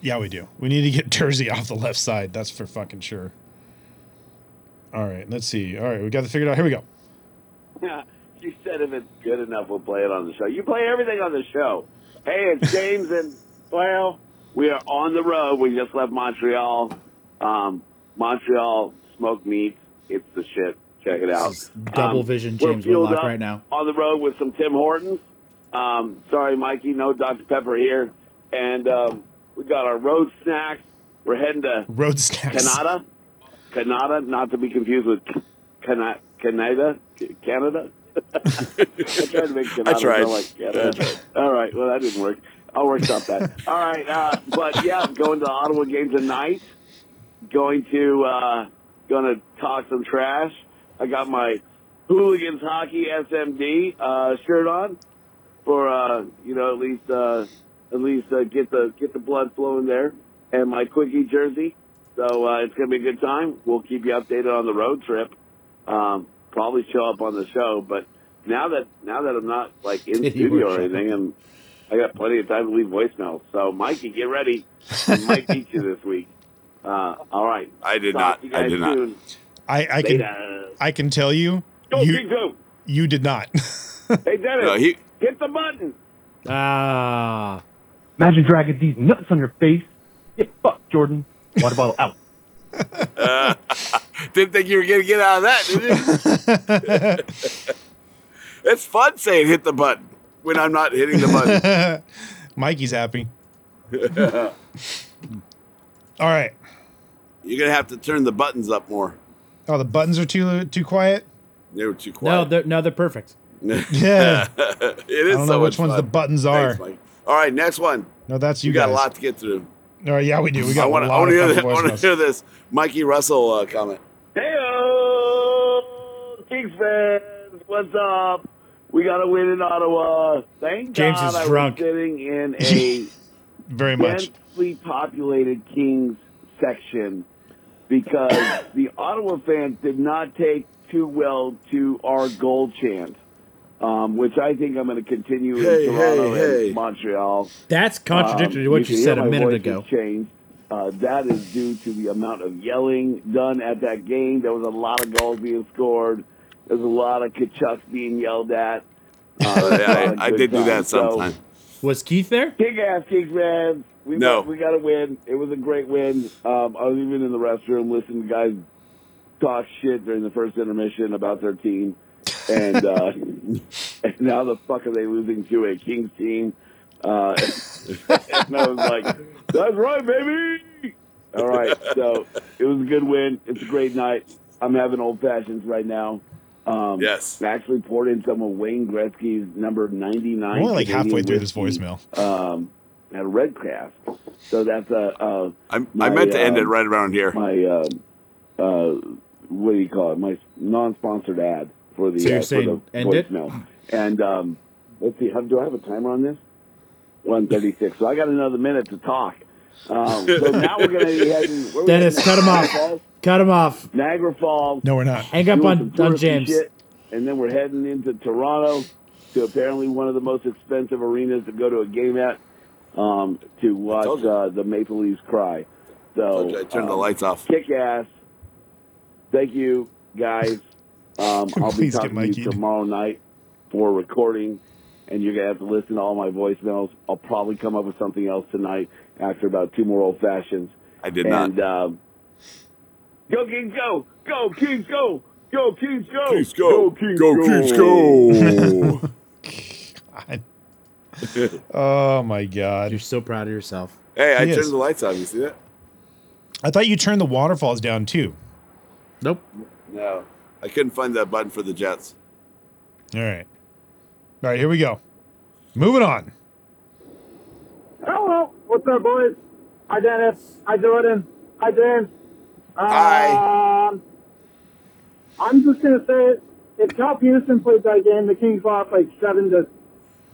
Yeah, we do. We need to get Jersey off the left side. That's for fucking sure. All right, let's see. All right, we got to figure it out. Here we go.
you said if it's good enough, we'll play it on the show. You play everything on the show. Hey, it's James and well, we are on the road. We just left Montreal. Um, Montreal smoked meat. It's the shit. Check it out. Um,
This is double vision
we're
James
fueled
Whitlock
up
right now.
On the road with some Tim Hortons. Um, sorry, Mikey, no Dr. Pepper here. And um, we got our road snacks. We're heading to
Road snacks.
Canada, Canada, not to be confused with Cana- Canada, Canada. I tried to make Canada sound like Canada. All right, well that didn't work. I'll workshop that. All right, uh, but yeah, going to the Ottawa game tonight. Going to uh, going to talk some trash. I got my hooligans hockey SMD uh, shirt on for uh, you know at least uh, at least uh, get the get the blood flowing there and my quickie jersey. So uh, it's gonna be a good time. We'll keep you updated on the road trip. Um, probably show up on the show, but now that now that I'm not like in
Did he
studio or
workshop
anything, and
I got plenty of time to leave voicemails. So, Mikey, get ready. I might beat you this week. Uh, all right.
I did
Talk
not.
to you
I
guys
did not.
soon.
I, I can
Later.
I can tell you,
Go, Big
you,
Zoo.
you did not.
They did it.
No, he.
Hit the button.
Ah.
Imagine dragging these nuts on your face. Get fucked, Jordan. Water bottle out.
Didn't think you were going to get out of that, did you? it's fun saying hit the button when I'm not hitting the button.
Mikey's happy. All right.
You're going to have to turn the buttons up more.
Oh, the buttons are too too quiet.
They were too
No,
quiet.
they're, no, they're perfect.
Yeah.
it is
I don't
so
know
much
which ones
fun.
the buttons are.
Thanks, Mike. All right, next one.
no, that's you,
You got a
guys.
lot to get through.
All right, yeah, we do. We
I
got
want
a
to
lot
hear,
of
that- I
fucking
wanna
voicemails.
hear this Mikey Russell uh, comment.
Hey, Kings fans, what's up? We got a win in Ottawa. Thank
James
God
is
I was
drunk.
sitting in a
Very much.
densely populated Kings section because the Ottawa fans did not take too well to our goal chant, um, which I think I'm going to continue
Hey,
in Toronto
hey, hey.
and Montreal.
That's contradictory to what
Um,
you,
can
said
hear
a
my
minute
voice
ago.
has Changed. Uh, that is due to the amount of yelling done at that game. There was a lot of goals being scored. There's a lot of Kachucks being yelled at.
Uh, yeah,
Good
I, I did do
time.
that
So-
sometime.
Was Keith there?
Big ass Kings fans. We
No.
we got a win. It was a great win. Um, I was even in the restroom listening to guys talk shit during the first intermission about their team, and uh, and now the fuck are they losing to a Kings team? Uh, and I was like, that's right, baby. All right, so it was a good win. It's a great night. I'm having old fashions right now. Um,
Yes.
I actually poured in some of Wayne Gretzky's number 99.
We're only like halfway
Canadian
through this
whiskey
voicemail.
um, at Red Craft. So that's a, uh
I'm,
My,
I meant to end
uh,
it right around here.
my uh, uh, what do you call it? My non-sponsored ad for the,
So you're
uh, for the
saying end it?
voicemail. And um, let's see, how, do I have a timer on this? One thirty-six. So I got another minute to talk. Um, so now we're going to be heading. where are we
Dennis,
heading?
cut him off.
Falls?
Cut him off.
Niagara Falls.
No, we're not.
Hang up
doing
on,
some
on
touristy
James.
shit, and then we're heading into Toronto to apparently one of the most expensive arenas to go to a game at um, to watch
told you.
uh, the Maple Leafs cry. So
I turned the
um,
lights off.
Kick ass. Thank you, guys. Um, I'll be
Please get
talking to
Mikey.
you tomorrow night for recording, and you're gonna have to listen to all my voicemails. I'll probably come up with something else tonight after about two more old fashions.
I did not.
And um, go Kings, go, go Kings, go, go Kings, go,
Kings, go. Go, Kings,
go.
God. oh my god!
You're so proud of yourself.
Hey, I
He
turned
is.
the lights on. You see that?
I thought you turned the waterfalls down too.
Nope.
No. I couldn't find that button for the Jets.
All right, all right. Here we go. Moving on.
Hello, what's up, boys? Hi, Dennis. Hi, Jordan. Hi, James.
Hi.
Um, I'm just gonna say, if Cal Peterson played that game, the Kings lost like seven to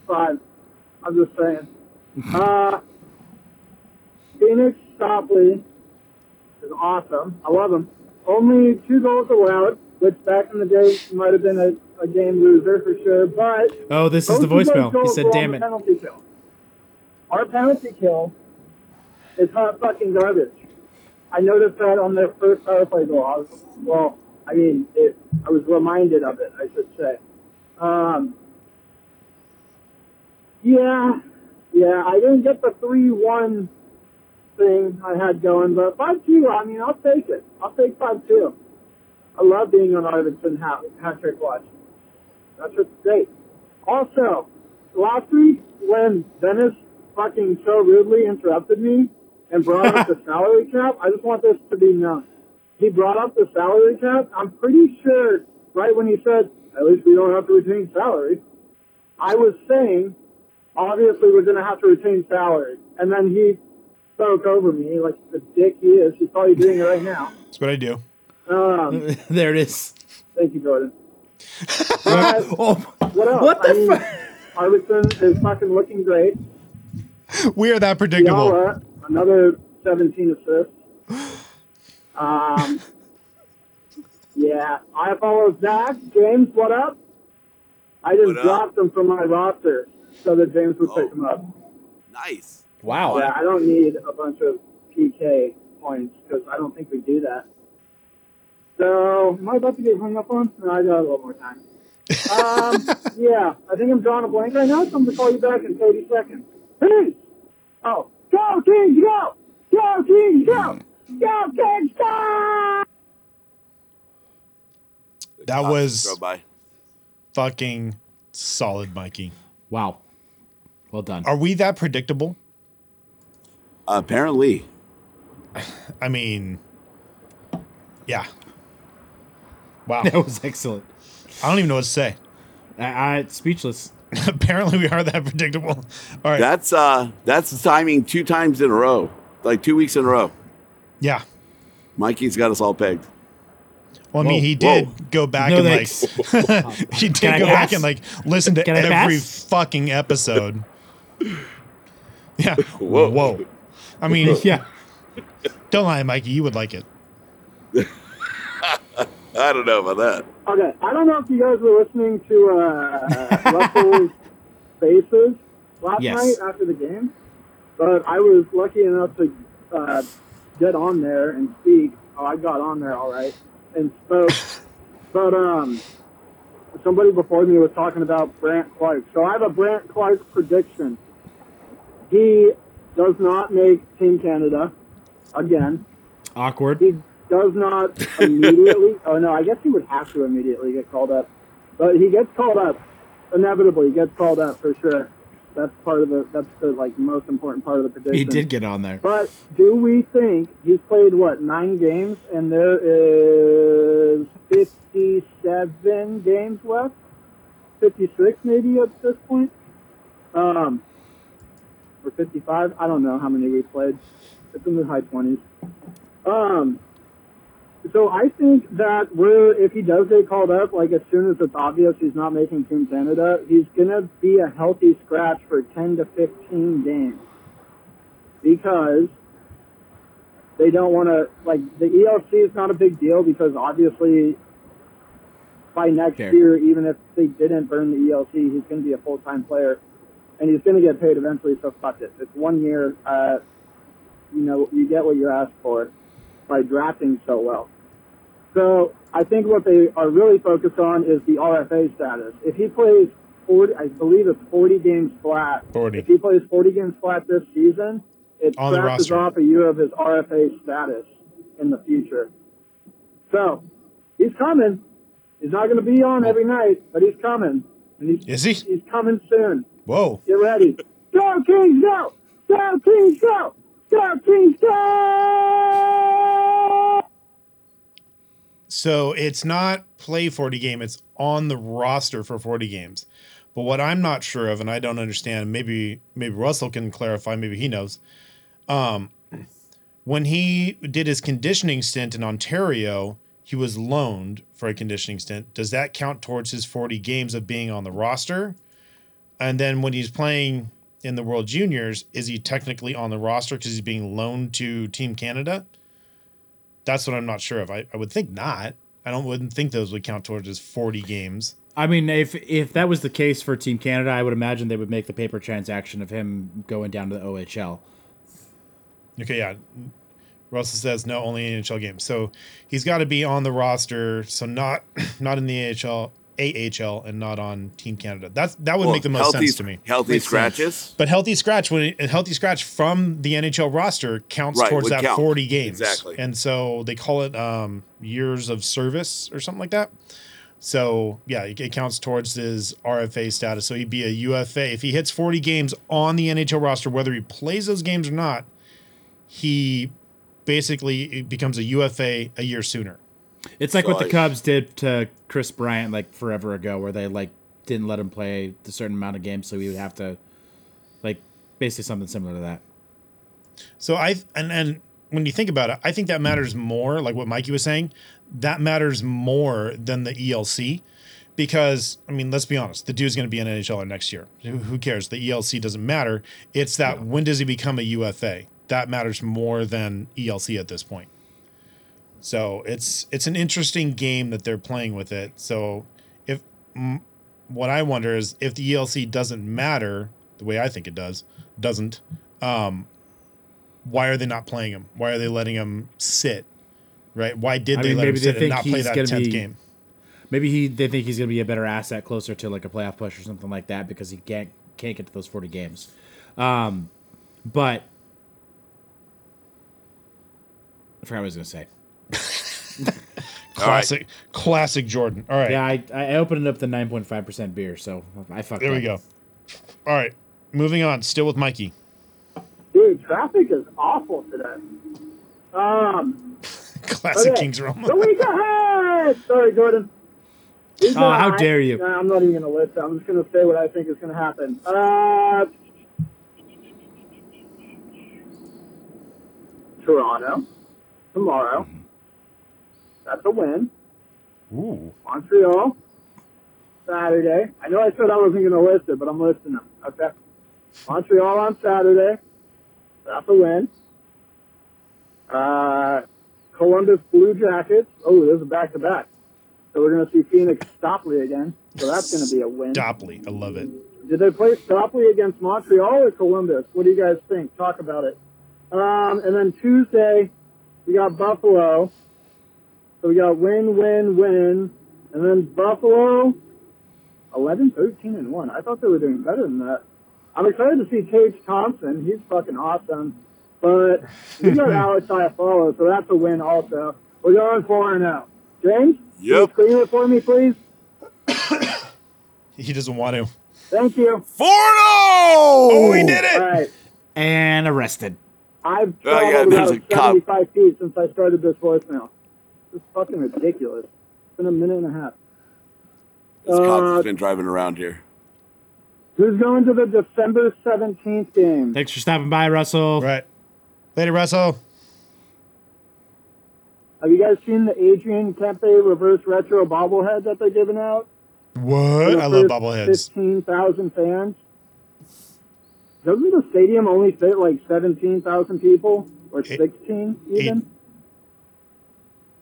five. I'm just saying. uh, Phoenix Stopley is awesome. I love him. Only two goals allowed, which back in the day might have been a, a game loser for sure, but
Oh, this is the
those two
voicemail. He
goals
said,
were on
damn
the
it.
penalty kill. Our penalty kill is hot fucking garbage. I noticed that on the first power play goal. I was, well, I mean, it, I was reminded of it, I should say. Um, yeah, yeah, I didn't get the 3 1 thing I had going, but 5 2, I mean, I'll take it. I'll take 5 2. I love being on Arvidsson hat, hat trick watch. That's what's great. Also, last week when Dennis fucking so rudely interrupted me and brought up the salary cap, I just want this to be known. He brought up the salary cap. I'm pretty sure right when he said, at least we don't have to retain salary, I was saying, obviously we're going to have to retain salary. And then he spoke over me like the dick he is. He's probably doing it right now.
That's what I do.
Um,
there it is.
thank you, Jordan.
Oh,
What else?
What the
I mean,
fuck?
Arvidsson is fucking looking great.
We are that predictable.
Yala, another 17 assists. Um, yeah, I follow Zach. James, what up? I just
What up? Oh.
dropped him from my roster. so that James would pick him up.
Nice.
Wow.
Yeah, I don't need a bunch of PK points because I don't think we do that. So am I about to get hung up on? No, I got a little more time. Um, yeah, I think I'm drawing a blank right now. So I'm gonna call you back in 30 seconds. Peace. Oh, go Kings, go! Go Kings, go! Go Kings, go!
That was
Go by.
fucking solid, Mikey.
Wow. Well done.
Are we that predictable?
Apparently.
I mean, yeah. Wow.
That was excellent.
I don't even know what to say.
I, I speechless.
Apparently, we are that predictable. All right.
That's uh that's timing two times in a row. Like two weeks in a row.
yeah.
Mikey's got us all pegged.
Well, I mean,
Whoa,
he did
whoa.
go back
No
and
thanks.
like he did
Can I
go back
pass?
and like listen to
Can I
every
pass?
fucking episode. yeah. Whoa. Whoa. I mean,
Yeah.
don't lie, Mikey. You would like it.
I don't know about that.
Okay, I don't know if you guys were listening to uh, Russell's Faces last
Yes.
night after the game, but I was lucky enough to uh, get on there and speak. Oh, I got on there all right and spoke, but um, somebody before me was talking about Brant Clark. So I have a Brant Clark prediction. He does not make Team Canada again
Awkward.
he does not immediately. oh no, I guess he would have to immediately get called up, but he gets called up. Inevitably, he gets called up for sure. That's part of the. That's the like most important part of the prediction.
He did get on there.
But do we think he's played what nine games and there is fifty-seven games left? Fifty-six maybe at this point. Um, or fifty-five. I don't know how many we played. It's in the high twenties. Um, so I think that we're if he does get called up, like as soon as it's obvious he's not making Team Canada, he's gonna be a healthy scratch for ten to fifteen games because they don't want to like the ELC is not a big deal because obviously by next
Fair.
year, even if they didn't burn the ELC, he's going to be a full time player and he's going to get paid eventually. So fuck it. It's one year. Uh, you know, you get what you're asked for by drafting so well. So I think what they are really focused on is the RFA status. If he plays 40, I believe it's 40 games flat.
40.
If he plays 40 games flat this season, it
On the
scratches
roster.
off a year of his RFA status in the future. So he's coming. He's not going to be on every night, but he's coming. And he's,
Is he?
He's coming soon.
Whoa.
Get ready. Go Kings, go! Go Kings, go! Go Kings, go!
So it's not play 40 game, it's on the roster for 40 games. But what I'm not sure of, and I don't understand, maybe maybe Russell can clarify, maybe he knows. Um, when he did his conditioning stint in Ontario, he was loaned for a conditioning stint. Does that count towards his 40 games of being on the roster? And then when he's playing in the World Juniors, is he technically on the roster because he's being loaned to Team Canada? That's what I'm not sure of. I, I would think not. I don't wouldn't think those would count towards his 40 games.
I mean, if if that was the case for Team Canada, I would imagine they would make the paper transaction of him going down to the OHL.
Okay, yeah. Russell says no, only NHL games. So he's got to be on the roster. So not not in the AHL, AHL, and not on Team Canada. That's that would
Well,
make the most
healthy-
sense to me.
Healthy
Makes sense.
scratches.
But healthy scratch when a healthy scratch from the NHL roster counts
Right,
towards
would
that
count.
40 games.
Exactly.
And so they call it um, years of service or something like that. So yeah, it, it counts towards his RFA status. So he'd be a UFA if he hits 40 games on the NHL roster, whether he plays those games or not. He basically becomes a UFA a year sooner.
It's like what the
Right.
Cubs did to Chris Bryant like forever ago, where they like didn't let him play a certain amount of games, so he would have to like basically something similar to that.
So I and and when you think about it, I think that matters more. Like what Mikey was saying, that matters more than the E ELC, because I mean, let's be honest, the dude's going to be an NHLer next year. Who who cares? The ELC doesn't matter. It's that when does he become a UFA? That matters more than ELC at this point. So it's it's an interesting game that they're playing with it. So if mm, what I wonder is if the ELC doesn't matter the way I think it does, doesn't. Um, why are they not playing him? Why are they letting him sit? Right? Why did
I
they
mean,
let him
maybe they
sit and
think
not play
he's
that
gonna
tenth
be-
game?
Maybe he they think he's going to be a better asset closer to like a playoff push or something like that because he can't can't get to those forty games. Um, but I forgot what I was going to say.
Classic, classic Jordan. All right,
Yeah, I, I opened up the nine point five percent beer, so I fucked.
there we
up.
go. All right, moving on. Still with Mikey.
Dude, traffic is awful today. Um,
Classic
okay.
Kings Roman.
the week ahead. Sorry, Jordan. Week
Oh, how
ahead.
dare you.
Nah, I'm not even gonna list. it. I'm just gonna say what I think is gonna happen. Uh, Toronto tomorrow. That's a win.
Ooh,
Montreal Saturday. I know I said I wasn't going to list it, but I'm listing them. Okay. Montreal on Saturday. That's a win. Uh, Columbus Blue Jackets. Oh, there's a back to back. So we're going to see Phoenix Stopley again. So that's going to be a win.
Dopley. I love it.
Did they play Stopley against Montreal or Columbus? What do you guys think? Talk about it. Um, and then Tuesday, we got Buffalo. So we got win, win, win. And then Buffalo, 11, 13, and 1. I thought they were doing better than that. I'm excited to see Tage Thompson. He's fucking awesome. But we got Alex Iafallo, so that's a win also. We're going 4 and 0. James? can you
Yep.
Screen it for me, please.
He doesn't want to.
Thank you.
Oh, he did
All
it.
right.
And arrested.
I've
Oh, yeah,
traveled
there's
about
a cop.
75 feet since I started this voicemail. This is fucking ridiculous. It's been a minute and a half.
This cop
Uh,
has been driving around here.
who's going to the December 17th game?
Thanks for stopping by, Russell.
All right, later, Russell.
Have you guys seen the Adrian Kempe reverse retro bobblehead that they're giving out?
What?
The
I love
first
bobbleheads.
15,000 fans. Doesn't the stadium only fit like 17,000 people or
Eight-
16
eight-
even?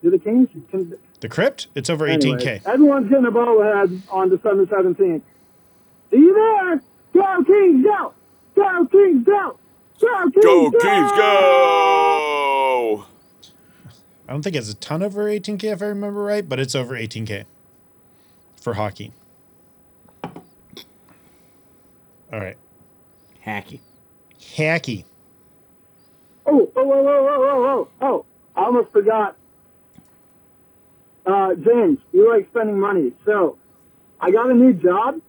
Do the Kings can,
The crypt. It's over
Anyway,
18k.
Everyone's getting a bobblehead on December 17th. Are you there? Go Kings, go! Go Kings, go! Go Kings,
Go, Kings, go!
I don't think it's a ton over 18k if I remember right, but it's over 18k for hockey. All right,
Hacky.
hacky.
Oh, oh, oh, oh, oh, oh, oh, oh! I almost forgot. Uh, James, you like spending money, so I got a new job,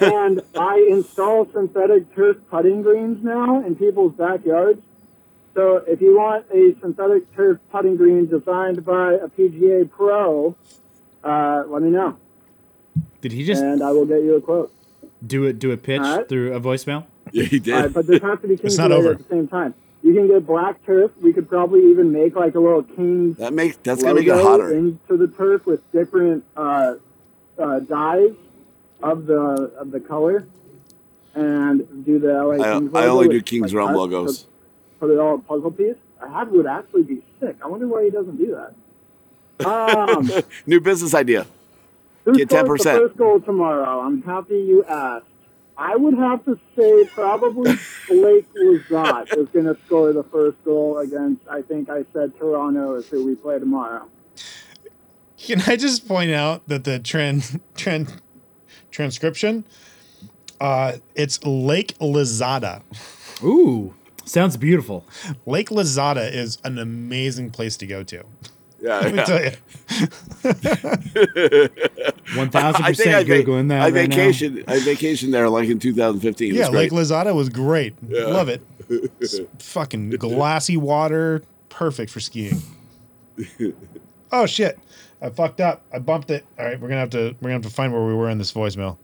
and I install synthetic turf putting greens now in people's backyards. So if you want a synthetic turf putting green designed by a PGA pro, uh, let me know.
Did he just
and I will get you a quote.
do it? Do a pitch
All right.
through a voicemail?
Yeah, he
All
did.
right, Uh, but this has to be
It's not
Kingsway
over.
at the same time. You can get black turf. We could probably even make like a little king
That makes that's gonna make it
logo
hotter.
into the turf with different uh, uh, dyes of the of the color, and do the LA
I,
Kings
I
logo
only do
with,
Kings
like,
Realm
us,
logos.
so Put it all in puzzle piece. That would actually be sick. I wonder why he doesn't do that. Um,
New business idea.
Who
Get
scores
10%.
The first goal tomorrow. I'm happy you asked. I would have to say probably Blake Lazat is going to score the first goal against. I think I said Toronto is who we play tomorrow.
Can I just point out that the trans, trans transcription, uh, it's Lake Lizada.
Ooh, sounds beautiful.
Lake Lizada is an amazing place to go to.
Yeah,
Let me
yeah.
tell you.
One thousand
vac-
percent googling that
I
right now.
vacationed. I vacationed there like in 2015. It
Yeah,
was
Lake
great.
Lizada was great. Love it. It's fucking glassy water, perfect for skiing. oh shit. I fucked up. I bumped it. All right, we're gonna have to we're gonna have to find where we were in this voicemail.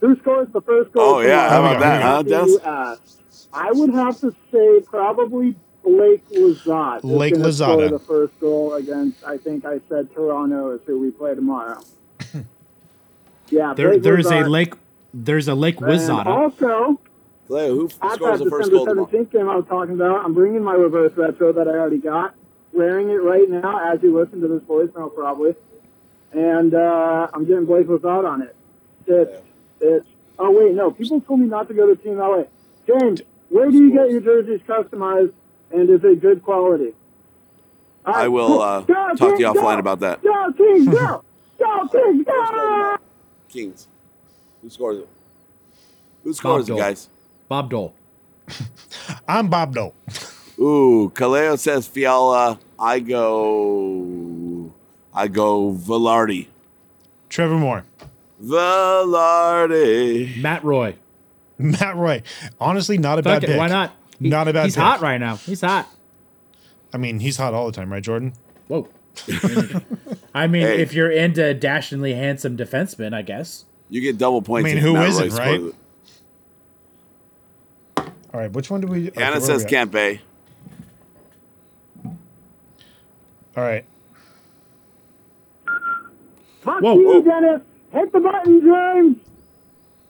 Who scores the first goal?
Oh, yeah,
how
tomorrow?
about that,
I'm happy
huh,
you asked. uh, I would have to say probably Blake Lazat. is
Blake
gonna
Lazada.
Score the first goal against. I think I said Toronto is who we play tomorrow. Yeah,
There,
Blake
there is a
Lazat.
lake. There's a Lake
And
Wizada.
Also,
Leo, who
At
scores
that
the first
December
goal tomorrow?
seventeenth game I was talking about, I'm bringing my reverse retro that I already got, wearing it right now as you listen to this voicemail probably, and uh, I'm getting Blake Lazard on it. Bitch. Bitch. Oh, wait, no. People told me not to go to Team LA. James, where do you get your jerseys customized and is it good quality? All right,
I will
cool.
uh,
Go,
talk to you
Kings, go!
offline about that.
Go, Kings, go! Go, Kings, go!
Kings. Who scores it? Who scores it,
Dole.
guys?
Bob Dole.
I'm Bob Dole.
Ooh, Kaleo says Fiala. I go. I go Velarde.
Trevor Moore.
Velarde.
Matt Roy.
Matt Roy. Honestly, not a bad
Fuck it.
pick.
Why not? He-
Not a bad
He's
pick.
hot right now. He's hot.
I mean, he's hot all the time, right, Jordan?
Whoa. I mean,
Hey.
if you're into dashingly handsome defensemen, I guess.
You get double points.
I mean,
if
who
Matt Roy
isn't,
scores
right?
it.
All right, which one do we? okay, where
Hannah
we
says
at?
Kempe.
All right,
Fuck
Whoa, whoa.
you, Dennis! Hit the button, James!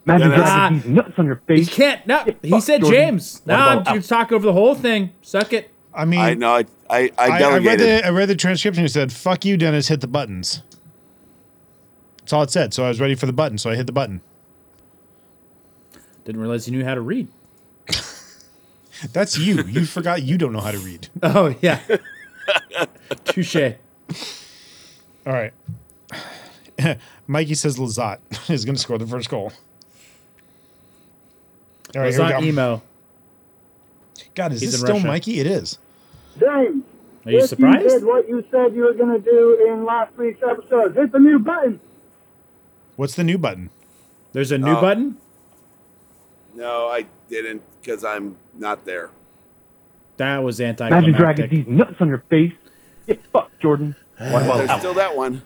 Imagine
Yeah, that's-
got these nuts on your
He
face.
can't. No, he
fuck,
said
Jordan.
James.
What
Nah,
about-
you talk over the whole thing. Suck it.
I mean,
I know. I I, I
I, I read
delegated.
the I read the transcription. It said, "Fuck you, Dennis. Hit the buttons." That's all it said. So I was ready for the button. So I hit the button.
Didn't realize you knew how to read.
That's you. You forgot you don't know how to read.
Oh yeah. Touche.
All right. Mikey says Lazat is going to score the first goal. All right,
It's
here we go.
not emo.
God, is
He's
this
in
still
Russia.
Mikey? It is.
James!
Are you
if you did
surprised?
what you said you were going to do in last week's episode, hit the new button!
What's the new button?
There's a new
Uh,
button.
no, I didn't because I'm not there.
That was
Imagine dragging
anticlimactic.
these nuts on your face. Get fucked, Jordan. What
There's
about
still that one.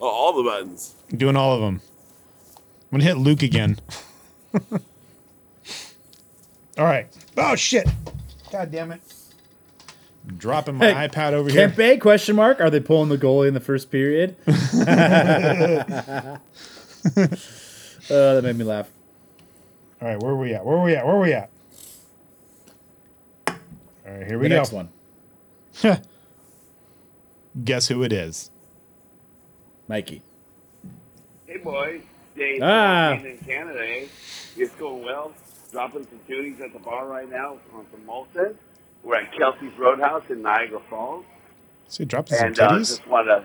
oh, all the buttons.
Doing all of them. I'm going to hit Luke again. all right. Oh, shit. God damn it. Dropping my
Hey,
iPad over here.
Kempe? Question mark? Are they pulling the goalie in the first period? uh, that made me laugh.
All right, where are we at? Where are we at? Where are we at? All right, here we
The
go.
next one,
Guess who it is?
Mikey.
Hey, boys. Dave
Ah.
in Canada, eh? It's going well. Dropping some tunies at the bar right now on some Molson. We're at Kelsey's Roadhouse in Niagara Falls.
So he dropped some
And uh,
titties.
just want to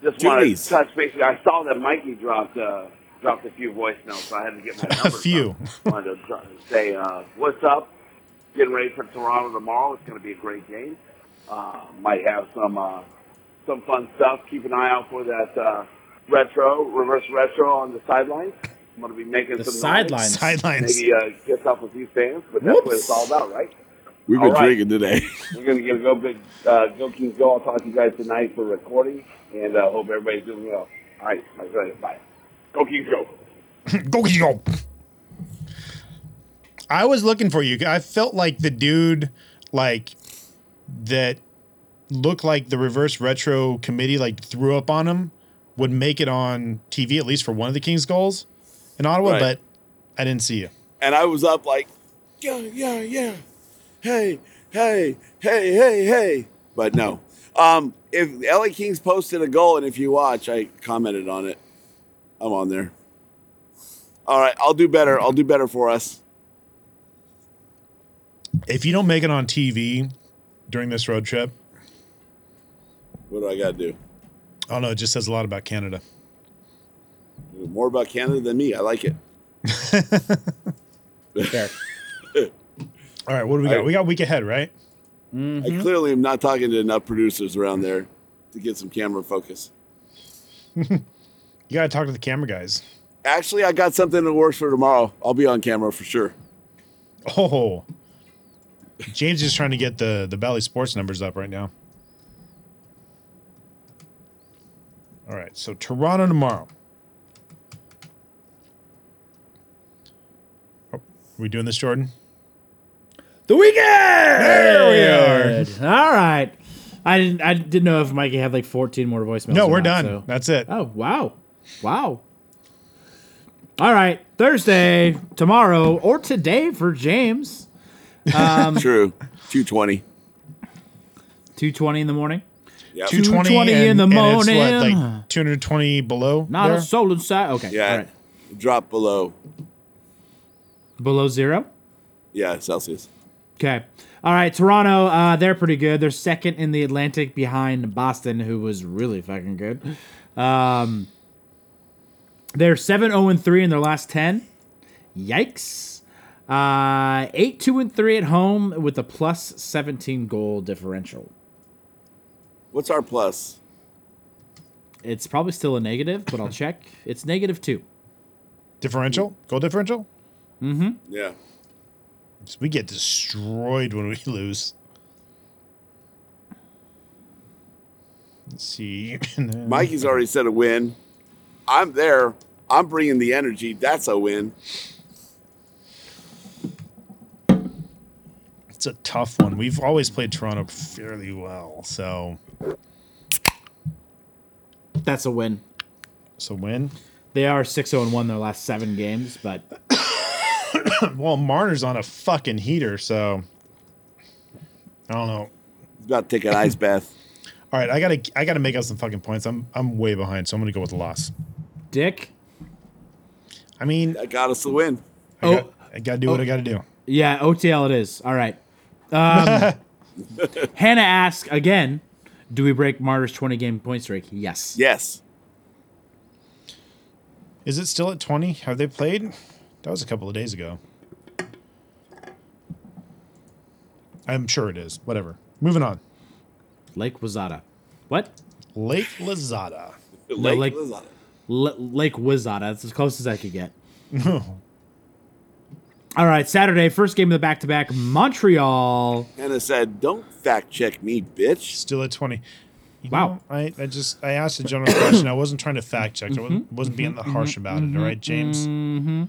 just want to
Titties.
touch base. I saw that Mikey dropped uh, dropped a few voicemails, so I had to get my number.
few.
wanted to tr- say uh, what's up. Getting ready for Toronto tomorrow. It's going to be a great game. Uh, might have some uh, some fun stuff. Keep an eye out for that uh, retro reverse retro on the sidelines. I'm going to be making
The
some noise.
sidelines.
Sidelines.
Maybe uh, get up with these fans, but that's what
Whoops.
it's all about, right?
We've
All
been
right.
drinking today.
We're gonna get a go big, uh, go Kings go. I'll talk to you guys tonight for recording, and uh, hope everybody's doing well. All right, my friend, bye. Go Kings go.
Go, go. I was looking for you. I felt like the dude, like that, looked like the reverse retro committee, like threw up on him, would make it on TV at least for one of the Kings goals in Ottawa,
Right.
but I didn't see you.
and I was up like, yeah, yeah, yeah, hey, hey, hey, hey, hey. But no, um, if LA Kings posted a goal, and if you watch, I commented on it. I'm on there. All right, I'll do better. I'll do better for us.
If you don't make it on TV during this road trip,
What do I got to do?
I don't know. It just says a lot about Canada.
More about Canada than me. I like it.
Fair.
All right, what do we got?
All right.
We got week ahead, right?
Mm-hmm.
I clearly am not talking to enough producers around there to get some camera focus.
You got to talk to the camera guys.
Actually, I got something that works for tomorrow. I'll be on camera for sure.
Oh, James is trying to get the the Valley Sports numbers up right now. All right, so Toronto tomorrow. Oh, we doing this, Jordan?
The weekend.
There
we are. All right. I didn't. I didn't know if Mikey had like 14 more voicemails.
No,
or
we're
not,
done.
so-
That's it.
Oh wow, wow. All right, Thursday, tomorrow, or today for James, Um,
True. 220.
two twenty in the morning.
Yep.
220,
220
and,
in the
and it's what,
morning.
like 220 below.
Not
there?
a soul inside. Okay.
Yeah.
All right.
Drop below.
Below zero.
Yeah, Celsius.
Okay. All right. Toronto, uh, they're pretty good. They're second in the Atlantic behind Boston, who was really fucking good. Um, they're 7 0 3 in their last 10. Yikes. Uh, 8 2 and 3 at home with a plus 17 goal differential.
What's our plus?
It's probably still a negative, but I'll check. It's negative 2.
Differential? Goal differential?
Yeah.
So we get destroyed when we lose. Let's see.
Mikey's already said a win. I'm there. I'm bringing the energy. That's a win.
It's a tough one. We've always played Toronto fairly well. So,
That's a win.
so win.
They are 6 0 1 their last seven games, but
Well, Marner's on a fucking heater. So, I don't know.
He's about to take an ice bath.
All right, I gotta I gotta make up some fucking points. I'm I'm way behind, so I'm gonna go with the loss.
Dick.
I mean,
That got us the win.
I,
Oh.
got, I gotta do what I gotta do.
Yeah, OTL it is. All right. Um, Hannah asks again, do we break Martyr's 20 game point streak? Yes.
Yes.
Is it still at twenty? Have they played? That was a couple of days ago. I'm sure it is. Whatever. Moving on.
Lake Wazada. What?
Lake Lazada.
Lake
like-
was on it.
L- Lake Wazada. That's as close as I could get. All right, Saturday, first game of the back to back, Montreal.
Hannah said, "Don't fact check me, bitch."
Still at twenty. You
Wow.
know, I, I just I asked a general question. I wasn't trying to fact check.
Mm-hmm.
I wasn't, wasn't being harsh about it. All right, James. Mm-hmm.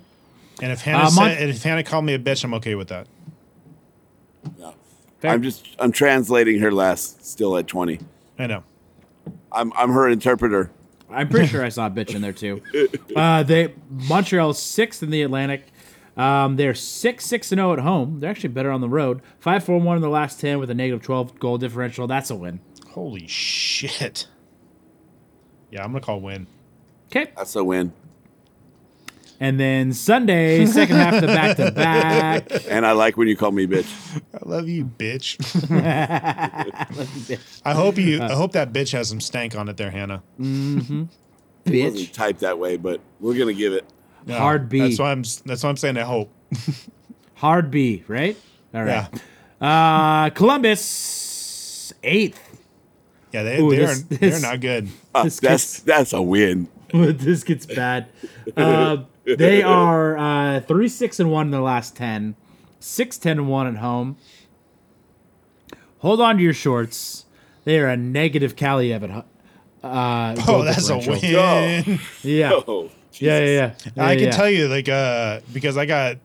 And if Hannah
Uh, Mon-
said, and if Hannah called me a bitch, I'm okay with that.
No.
Fair.
I'm just I'm translating her last. Still at twenty.
I know.
I'm I'm her interpreter.
I'm pretty sure I saw a bitch in there too. Uh, they Montreal's sixth in the Atlantic. Um, they're six six and zero at home. They're actually better on the road. Five four one in the last ten with a negative twelve goal differential. That's a win.
Holy shit. Yeah, I'm gonna call win.
Okay.
That's a win.
And then Sunday, second half of the back to back.
And I like when you call me bitch.
I love you, bitch. I hope you I hope that bitch has some stank on it there, Hannah.
Wasn't
Bitch.
typed that way, but we're gonna give it.
Yeah,
Hard B.
That's why I'm s- that's why I'm saying I hope.
Hard B, right? All
Yeah.
right. Uh, Columbus, eighth.
Yeah, they,
Ooh,
they're
this-
they're
this-
not good.
Ah,
This
that's that's a win.
this gets bad. Uh, they are uh, three six and one in the last ten. Six ten and one at home. Hold on to your shorts. They are a negative Kaliev at home. Uh,
Oh,
goal
that's a
differential.
win.
Yeah.
Oh,
yeah, yeah, yeah,
I can tell you, like, uh, because I got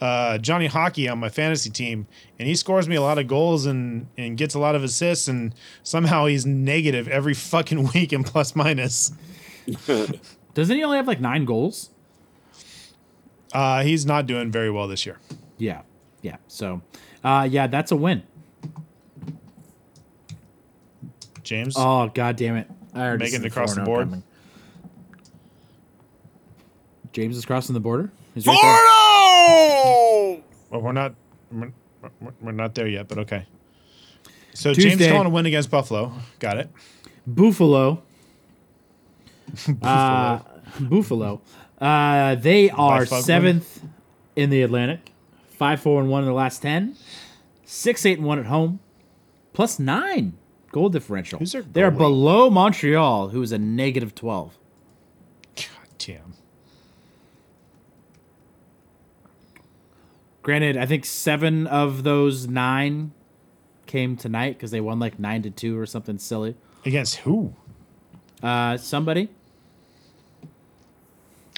uh, Johnny Hockey on my fantasy team, and he scores me a lot of goals and and gets a lot of assists, and somehow he's negative every fucking week and plus minus.
Doesn't he only have like nine goals?
Uh, he's not doing very well this year.
Yeah, yeah. So, uh, yeah, that's a win.
James,
Oh god damn it! I already
Making
see
it across the
4-0
board.
coming. James is crossing the border. He's right there.
Florida!
well, we're not we're, we're- we're not there yet, but okay. So James
Tuesday.
calling a win against Buffalo. Got it.
Buffalo. Uh, Buffalo. Uh, they are
Buffalo.
seventh in the Atlantic. Five, four, and one in the last ten. Six, eight, and one at home. Plus nine goal differential.
Who's their
They're
goalie?
below Montreal, who is a negative twelve.
God damn.
Granted, I think seven of those nine came tonight because they won like nine to two or something silly.
Against who?
Uh, somebody.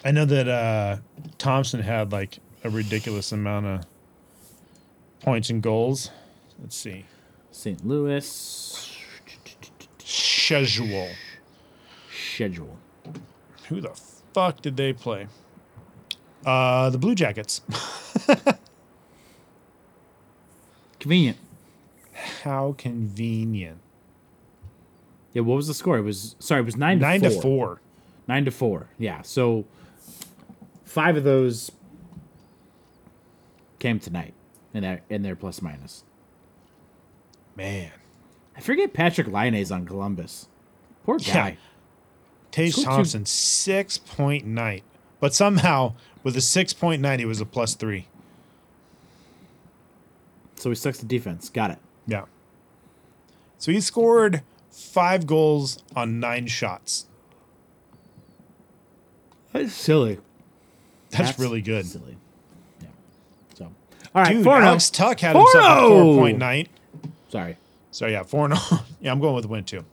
I know that uh, Thompson had like a ridiculous amount of points and goals. Let's see.
St. Louis
Schedule.
schedule.
Who the fuck did they play? Uh, the Blue Jackets.
Convenient.
How convenient.
Yeah, what was the score? It was sorry, it was nine to
Nine
four.
to four.
Nine to four. Yeah, so five of those came tonight in their in their plus minus.
Man.
I forget Patrick Liney's on Columbus. Poor guy.
Yeah. Tage
Scoot, scoot.
Thompson, 6.9. But somehow, with a 6.9, he was a plus three.
So he sucks at defense. Got it.
Yeah. So he scored five goals on nine shots.
That's silly.
That's, really good.
Silly. Yeah. So all right,
Dude,
four and
Alex
oh.
Tuck had himself a
4-0.
4.9.
Sorry.
So yeah, 4 and 0. yeah, I'm going with the win too.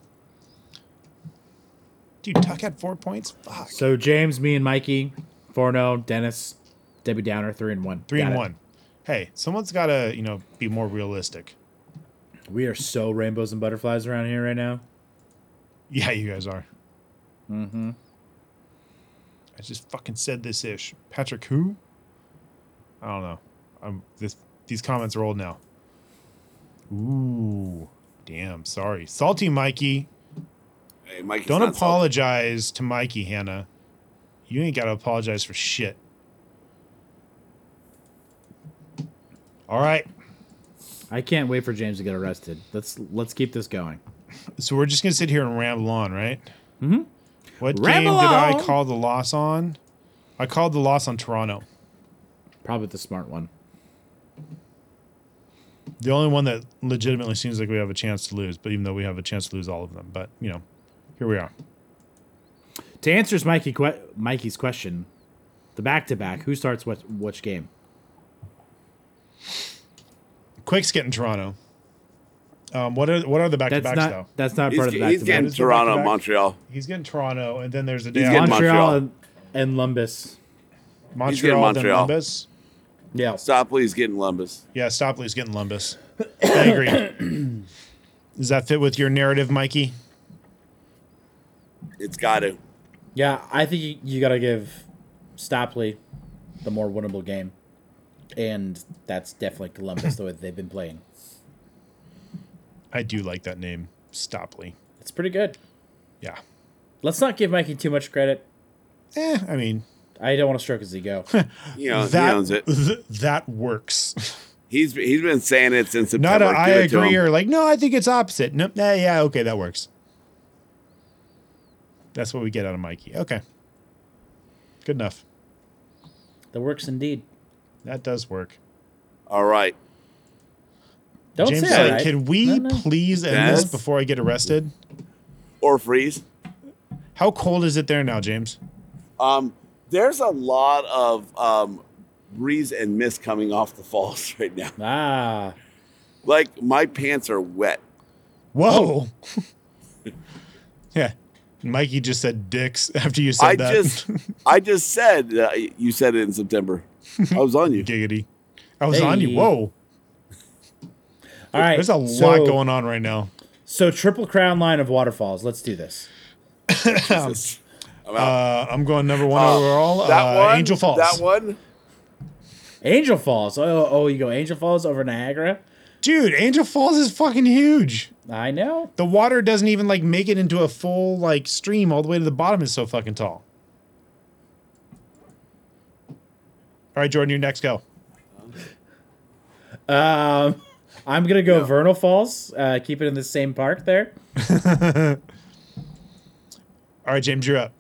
Dude, Tuck had four points? Fuck.
So James, me, and Mikey, four and zero. Dennis, Debbie Downer, three and one.
Three
Got
and
it.
one. Hey, someone's got to, you know, be more realistic.
We are so rainbows and butterflies around here right now.
Yeah, you guys are. Mm hmm. I just fucking said this ish. Patrick, who? I don't know. I'm this. These comments are old now. Ooh, damn. Sorry, salty Mikey.
Hey, Mike,
Don't apologize to Mikey, Hannah. You ain't got to apologize for shit. All right.
I can't wait for James to get arrested. Let's let's keep this going.
So we're just gonna sit here and ramble on, right? Mm-hmm. What
Ramble
game did I
on.
call the loss on? I called the loss on Toronto.
Probably the smart one.
The only one that legitimately seems like we have a chance to lose, but even though we have a chance to lose all of them, but you know, here we are.
To answer Mikey que- Mikey's question, the back to back, who starts what which game?
Quick's getting Toronto. Um, what are what are the back to
That's
backs
not
though?
that's not
He's,
part of the
he's
back to
getting
back.
Is it back to
Toronto,
back?
Montreal.
He's getting Toronto, and then there's a day
He's
out.
getting
Montreal
Montreal.
and, and Lumbus.
he's getting
Montreal, then
Montreal.
Lumbus.
Yeah.
Stopley's getting Lumbus.
Yeah, Stopley's getting Lumbus. I agree. Does that fit with your narrative, Mikey?
It's got to.
Yeah, I think you, you got to give Stopley the more winnable game. And that's definitely Columbus the way that they've been playing.
I do like that name, Stopley.
It's pretty good.
Yeah.
Let's not give Mikey too much credit.
Eh, I mean,
I don't want to stroke his ego.
You know, he
that
owns it.
th- that works.
He's he's been saying it since
Not
September.
a, I
Give it to
agree
him.
or like, no, I think it's opposite. No, nah, yeah, okay, that works. That's what we get out of Mikey. Okay. Good enough.
that works indeed.
That does work.
All right.
Don't
James
say
said,
that.
can we
No, no.
please end
Yes.
this before I get arrested?
Or freeze.
How cold is it there now, James?
Um, there's a lot of um, breeze and mist coming off the falls right now.
Ah,
Like my pants are wet.
Whoa. yeah. Mikey just said dicks after you said
I
that.
just I just said uh, you said it in September. I was on you.
Giggity. I was on you.
Hey.
Whoa.
all right.
There's a lot going on right now.
So triple crown line of waterfalls. Let's do this.
Jesus. I'm out.
Uh, I'm going number one
Uh,
overall.
that
uh,
one.
Angel Falls.
That one.
Angel Falls. Oh, oh, you go Angel Falls over Niagara.
Dude, Angel Falls is fucking huge.
I know.
The water doesn't even like make it into a full like stream all the way to the bottom. It's so fucking tall. All right, Jordan, you're next. Go.
Um, I'm gonna go Vernal Falls. Uh, keep it in the same park there.
All right, James, you're up.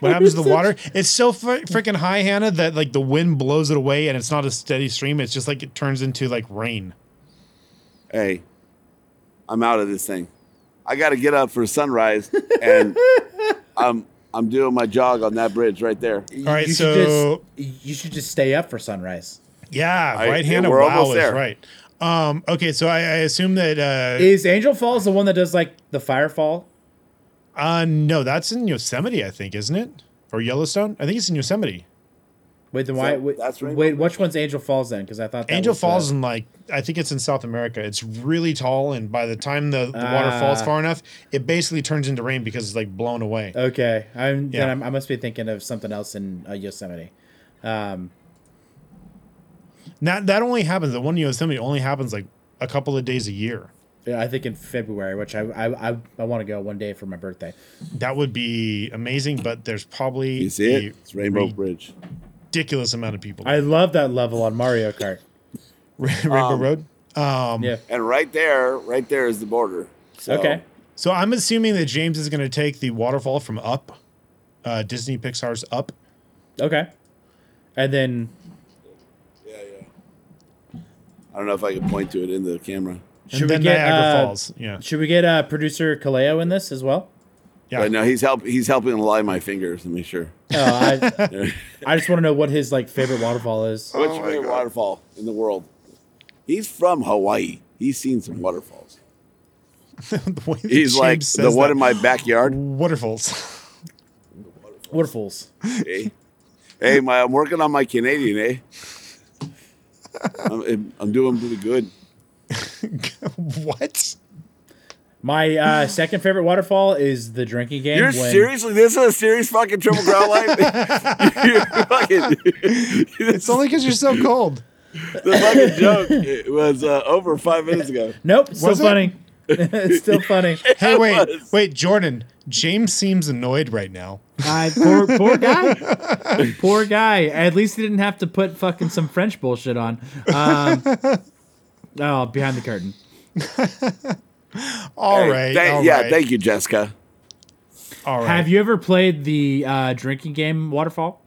What happens to the water? It's so fr- freaking high, Hannah, that like the wind blows it away, and it's not a steady stream. It's just like it turns into like rain.
Hey, I'm out of this thing. I got to get up for sunrise, and I'm I'm doing my jog on that bridge right there.
All right,
you
so-
should just, you should just stay up for sunrise.
Yeah,
I-
right,
yeah,
Hannah.
we're
Wow,
almost
is
there.
right. Um, okay, so I, I assume that uh,
Is Angel Falls the one that does like the firefall?
Uh, no, that's in Yosemite, I think, isn't it? Or Yellowstone? I think it's in Yosemite.
Wait, then why?
that-
Wait,
that's Rainbow
wait which one's Angel Falls then? Because I thought that
Angel
was uh,
Falls,
The,
in like I think it's in South America. It's really tall, and by the time the, the water falls
Ah.
far enough, it basically turns into rain because it's like blown away.
okay, I'm,
Yeah.
then I'm, I must be thinking of something else in uh, Yosemite. Um,
That that only happens. The one in Yosemite only happens like a couple of days a year.
I think in February, which I I, I, I want to go one day for my birthday.
That would be amazing, but there's probably
You see it?
a
It's Rainbow Bridge.
ridiculous amount of people.
I love that level on Mario Kart.
Rainbow Road. Um,
Yeah.
And right there, right there is the border. So,
Okay.
So I'm assuming that James is going to take the waterfall from Up, uh, Disney Pixar's Up.
oh.
Okay. And then
Yeah, yeah. I don't know if I can point to it in the camera.
should
and
we
then
get
Niagara
uh,
Falls. Yeah.
Should we get uh, producer Kaleo in this as well?
Yeah.
But no, he's help he's helping align my fingers to make sure.
No, I, I just want to know what his like favorite waterfall is.
What's your favorite waterfall in the world? He's from Hawaii. He's seen some waterfalls.
The way that
He's
James
like the
says
one
that.
in my backyard.
waterfalls.
Waterfalls.
hey, hey my, I'm working on my Canadian, eh? I'm, I'm doing pretty good.
what?
My uh, second favorite waterfall is the drinking game.
You're
when-
seriously this is a serious fucking triple ground life. You're fucking,
It's only because you're so cold.
the fucking joke it was uh, over five minutes ago.
Nope. Still
Was it?
funny. it's still funny.
Hey, wait,
was.
wait, Jordan. James seems annoyed right now.
I, poor, poor guy. poor guy. At least he didn't have to put fucking some French bullshit on. Um, oh, behind the curtain.
All
Hey,
right.
thank-
all
yeah,
right,
thank you, Jessica.
all right.
Have you ever played the uh, drinking game Waterfall?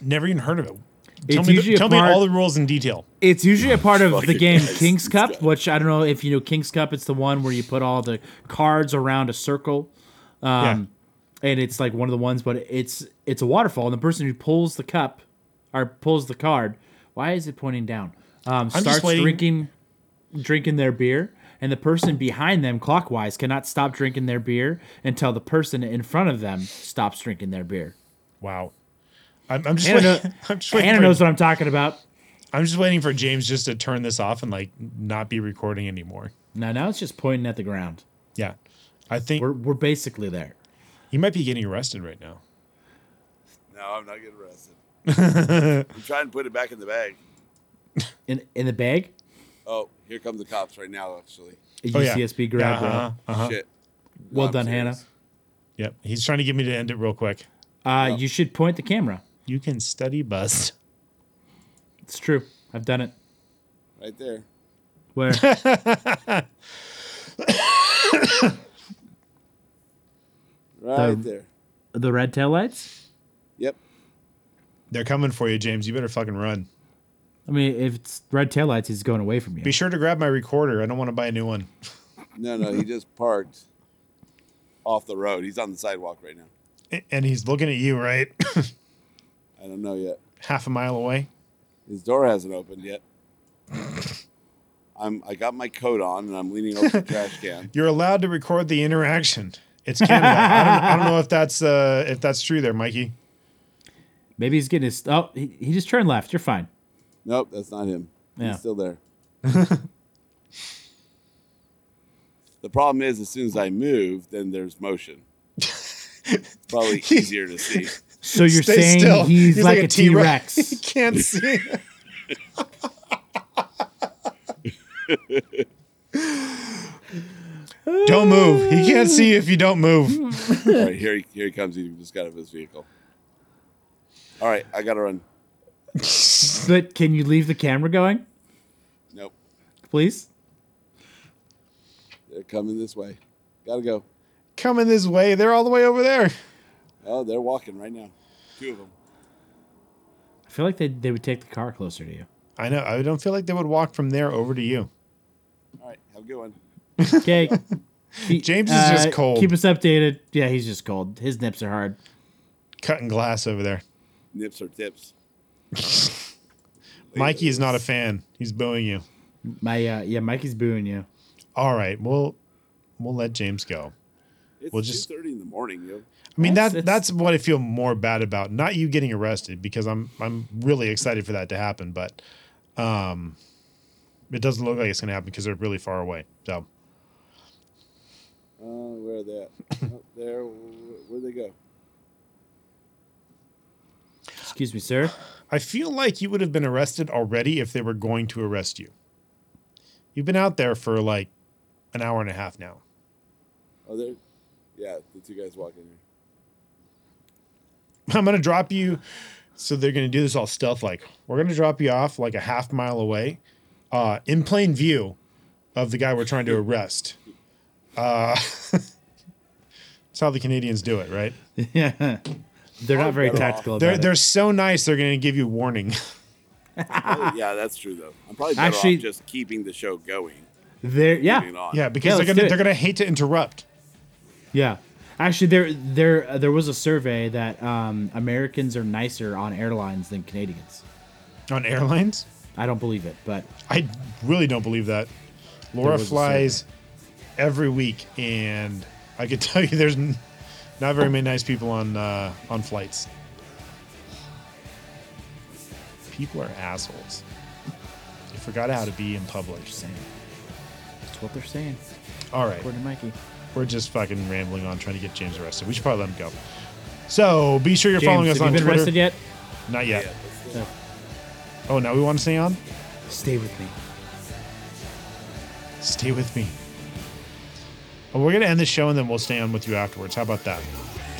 never even heard of it?
It's
Tell, me, the,
usually a
tell me
part-
all the rules in detail.
It's usually a part of the
Fucking
game
guys.
King's Cup, which I don't know if you know King's Cup. It's the one where you put all the cards around a circle, um, and it's like one of the ones. But it's it's a waterfall, and the person who pulls the cup or pulls the card, why is it pointing down? Um,
just
starts
waiting-
drinking drinking their beer, and the person behind them clockwise cannot stop drinking their beer until the person in front of them stops drinking their beer.
yeah. Wow. I'm, I'm just
Hannah,
waiting.
know-
I'm just waiting
Hannah
for-
knows what I'm talking about.
I'm just waiting for James just to turn this off and like not be recording anymore.
No, now it's just pointing at the ground.
Yeah. I think
We're we're basically there.
he might be getting arrested right now.
No, I'm not getting arrested. I'm trying to put it back in the bag.
in in the bag.
Oh, here come the cops right now, actually.
A
Oh, yeah.
UCSB grab, bro.
Uh-huh. Uh-huh.
Shit.
Well
I'm
done,
serious.
Yep. He's trying to get me to end it real quick.
Hannah. Uh, You should point the camera.
You can study bust.
It's true. I've done it.
Right there.
Where?
Right
The-
there.
the red tail lights.
Yep.
They're coming for you, James. You better fucking run.
I mean, if it's red tail lights, he's going away from you.
Be sure to grab my recorder. I don't want to buy a new one.
No, no, he just parked off the road. He's on the sidewalk right now.
A- And he's looking at you, right?
I don't know yet.
Half a mile away.
His door hasn't opened yet. I'm I got my coat on and I'm leaning over the trash can.
You're allowed to record the interaction. It's Canada. I, don't, I don't know if that's uh, if that's true there, Mikey.
Maybe he's getting his. Oh, he, he just turned left. You're fine.
Nope, that's not him.
Yeah.
He's still there. the problem is as soon as I move, then there's motion. Probably easier to see.
So you're
Stay
saying
still.
he's, like, a T
He
Rex?
can't see. don't move. He can't see if you don't move.
All right, here he here he comes. He just got out of his vehicle. All right, I gotta run.
but can you leave the camera going,
Nope.
please?
They're coming this way. Gotta go.
Coming this way. They're all the way over there.
Oh, they're walking right now. Two of them.
I feel like they they would take the car closer to you.
I know. I don't feel like they would walk from there over to you.
All right, have a good one.
Okay. He-
James is just cold.
Keep us updated. Yeah, he's just cold. His nips are hard.
Cutting glass over there.
Nips or tips.
Mikey is not a fan. He's booing you.
My uh, yeah, Mikey's booing you.
All right. We'll we'll let James go.
It's
Well, just-
2:30 in the morning, yo.
I mean
That's-
that
that's-
that's what I feel more bad about. Not you getting arrested because I'm I'm really excited for that to happen, but um it doesn't look like it's going to happen because they're really far away. So
Uh, where are they at? oh, there. Wh- Where'd they go?
Excuse me, sir.
I feel like you would have been arrested already if they were going to arrest you. You've been out there for like an hour and a half now.
Are Oh, there? Yeah, the two guys walking here.
I'm gonna drop you. So they're gonna do this all stealth like. We're gonna drop you off like a half mile away, uh, in plain view of the guy we're trying to arrest. Uh, that's how the Canadians do it, right?
Yeah. They're not very
better off.
tactical
They're
about
they're
it.
so nice. They're gonna give you warning.
Oh, yeah, that's true though. I'm probably better
Actually-
off just keeping the show going.
They're yeah.
Moving on.
Yeah, because
let's
they're
do
gonna
it.
they're gonna hate to interrupt.
Yeah. Actually, there there uh, there was a survey that um, Americans are nicer on airlines than Canadians.
on airlines.
I don't believe it, but
I really don't believe that. Laura
was a
flies every week, and I could tell you there's n- not very many nice people on uh, on flights. People are assholes. They forgot how to be in public.
that's what they're saying.
All right,
According to Mikey.
we're just fucking rambling on trying to get James arrested. We should probably let him go. So be sure you're
James,
following us
have you
on
been
Twitter.
arrested yet?
Not yet. Oh, now we want to stay on.
Stay with me.
Stay with me. Well, we're going to end the show and then we'll stay on with you afterwards. How about that?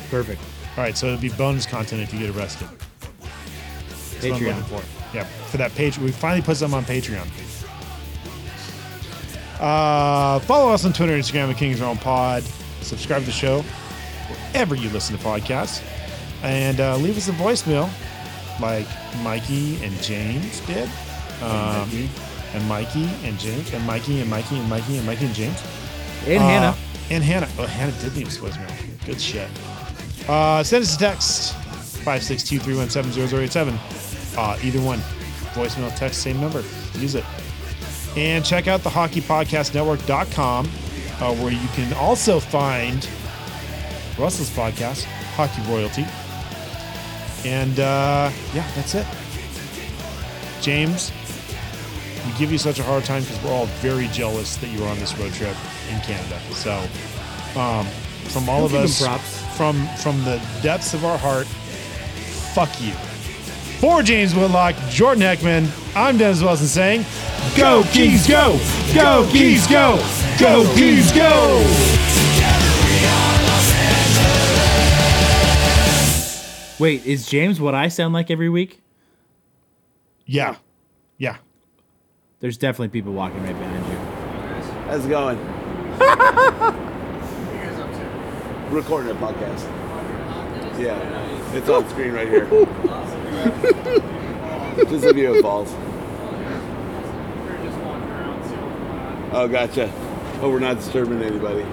Perfect.
All right, so it'll be bonus content if you get arrested. That's what I'm
Patreon.
looking for. Yeah, for that page. We finally put some on Patreon. Uh, follow us on Twitter and Instagram at Kings Realm Pod. Subscribe to the show wherever you listen to podcasts. And uh, leave us a voicemail like Mikey and James did. Um, and Mikey and James and Mikey and Mikey and Mikey and Mikey and James.
And
Uh,
Hannah.
And Hannah. Oh, Hannah did leave us voicemail. Good shit. Uh, send us a text 562 317 0087. Uh, Either one. Voicemail, text, same number. Use it. And check out the hockeypodcastnetwork.com uh, where you can also find Russell's podcast, Hockey Royalty. And uh, yeah, that's it. James, we give you such a hard time because we're all very jealous that you were on this road trip in Canada. So, um, from all
Don't
of
give him
us,
props.
from from the depths of our heart, fuck you. For James Whitlock, Jordan Heckman, I'm Dennis Wilson saying, Go Keys, go! Go Keys, go! Go Keys, go!
Wait, is James what I sound like every week?
Yeah, yeah.
There's definitely people walking right behind you.
How's it going? Recording a podcast. Yeah, it's on screen right here. Just a view of falls. Oh, gotcha. Oh, we're not disturbing anybody.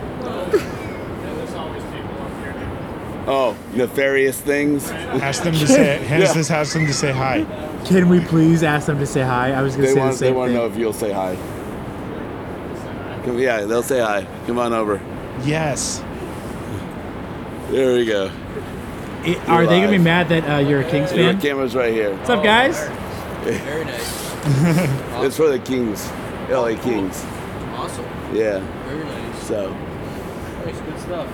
Oh, nefarious things.
Ask them to say. Hence, this ask them to say hi.
Can we please ask them to say hi? I was
They
going to say
want.
the
They
same
want to
thing.
know if you'll say hi. Come, yeah, they'll say hi. Come on over.
Yes.
There we go.
It- are they going to
live.
be mad that uh, you're a Kings
Your
fan?
camera's right here.
What's up, guys?
Very nice.
It's for the Kings,
Oh,
LA Kings.
Awesome.
Yeah.
Very nice.
So.
Nice. Good stuff.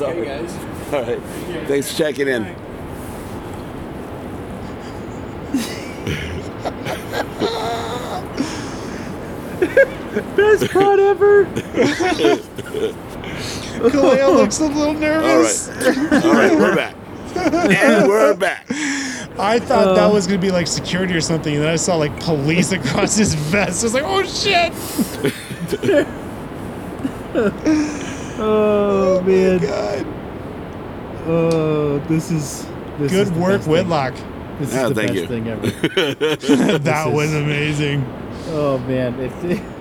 Sorry.
Okay, guys.
All right. Thanks for checking in.
Best pod ever.
Khalil looks a little
All
nervous.
right. All right. We're back. And we're back.
I thought
Uh.
that was gonna be like security or something, and then I saw like police across his vest. I was like, oh shit!
Oh, man.
God.
Oh, this is. This
Good
is the
work,
best thing.
Whitlock.
This
Oh,
is the
thank
best
you.
thing ever.
that
is-
was amazing.
Oh man, if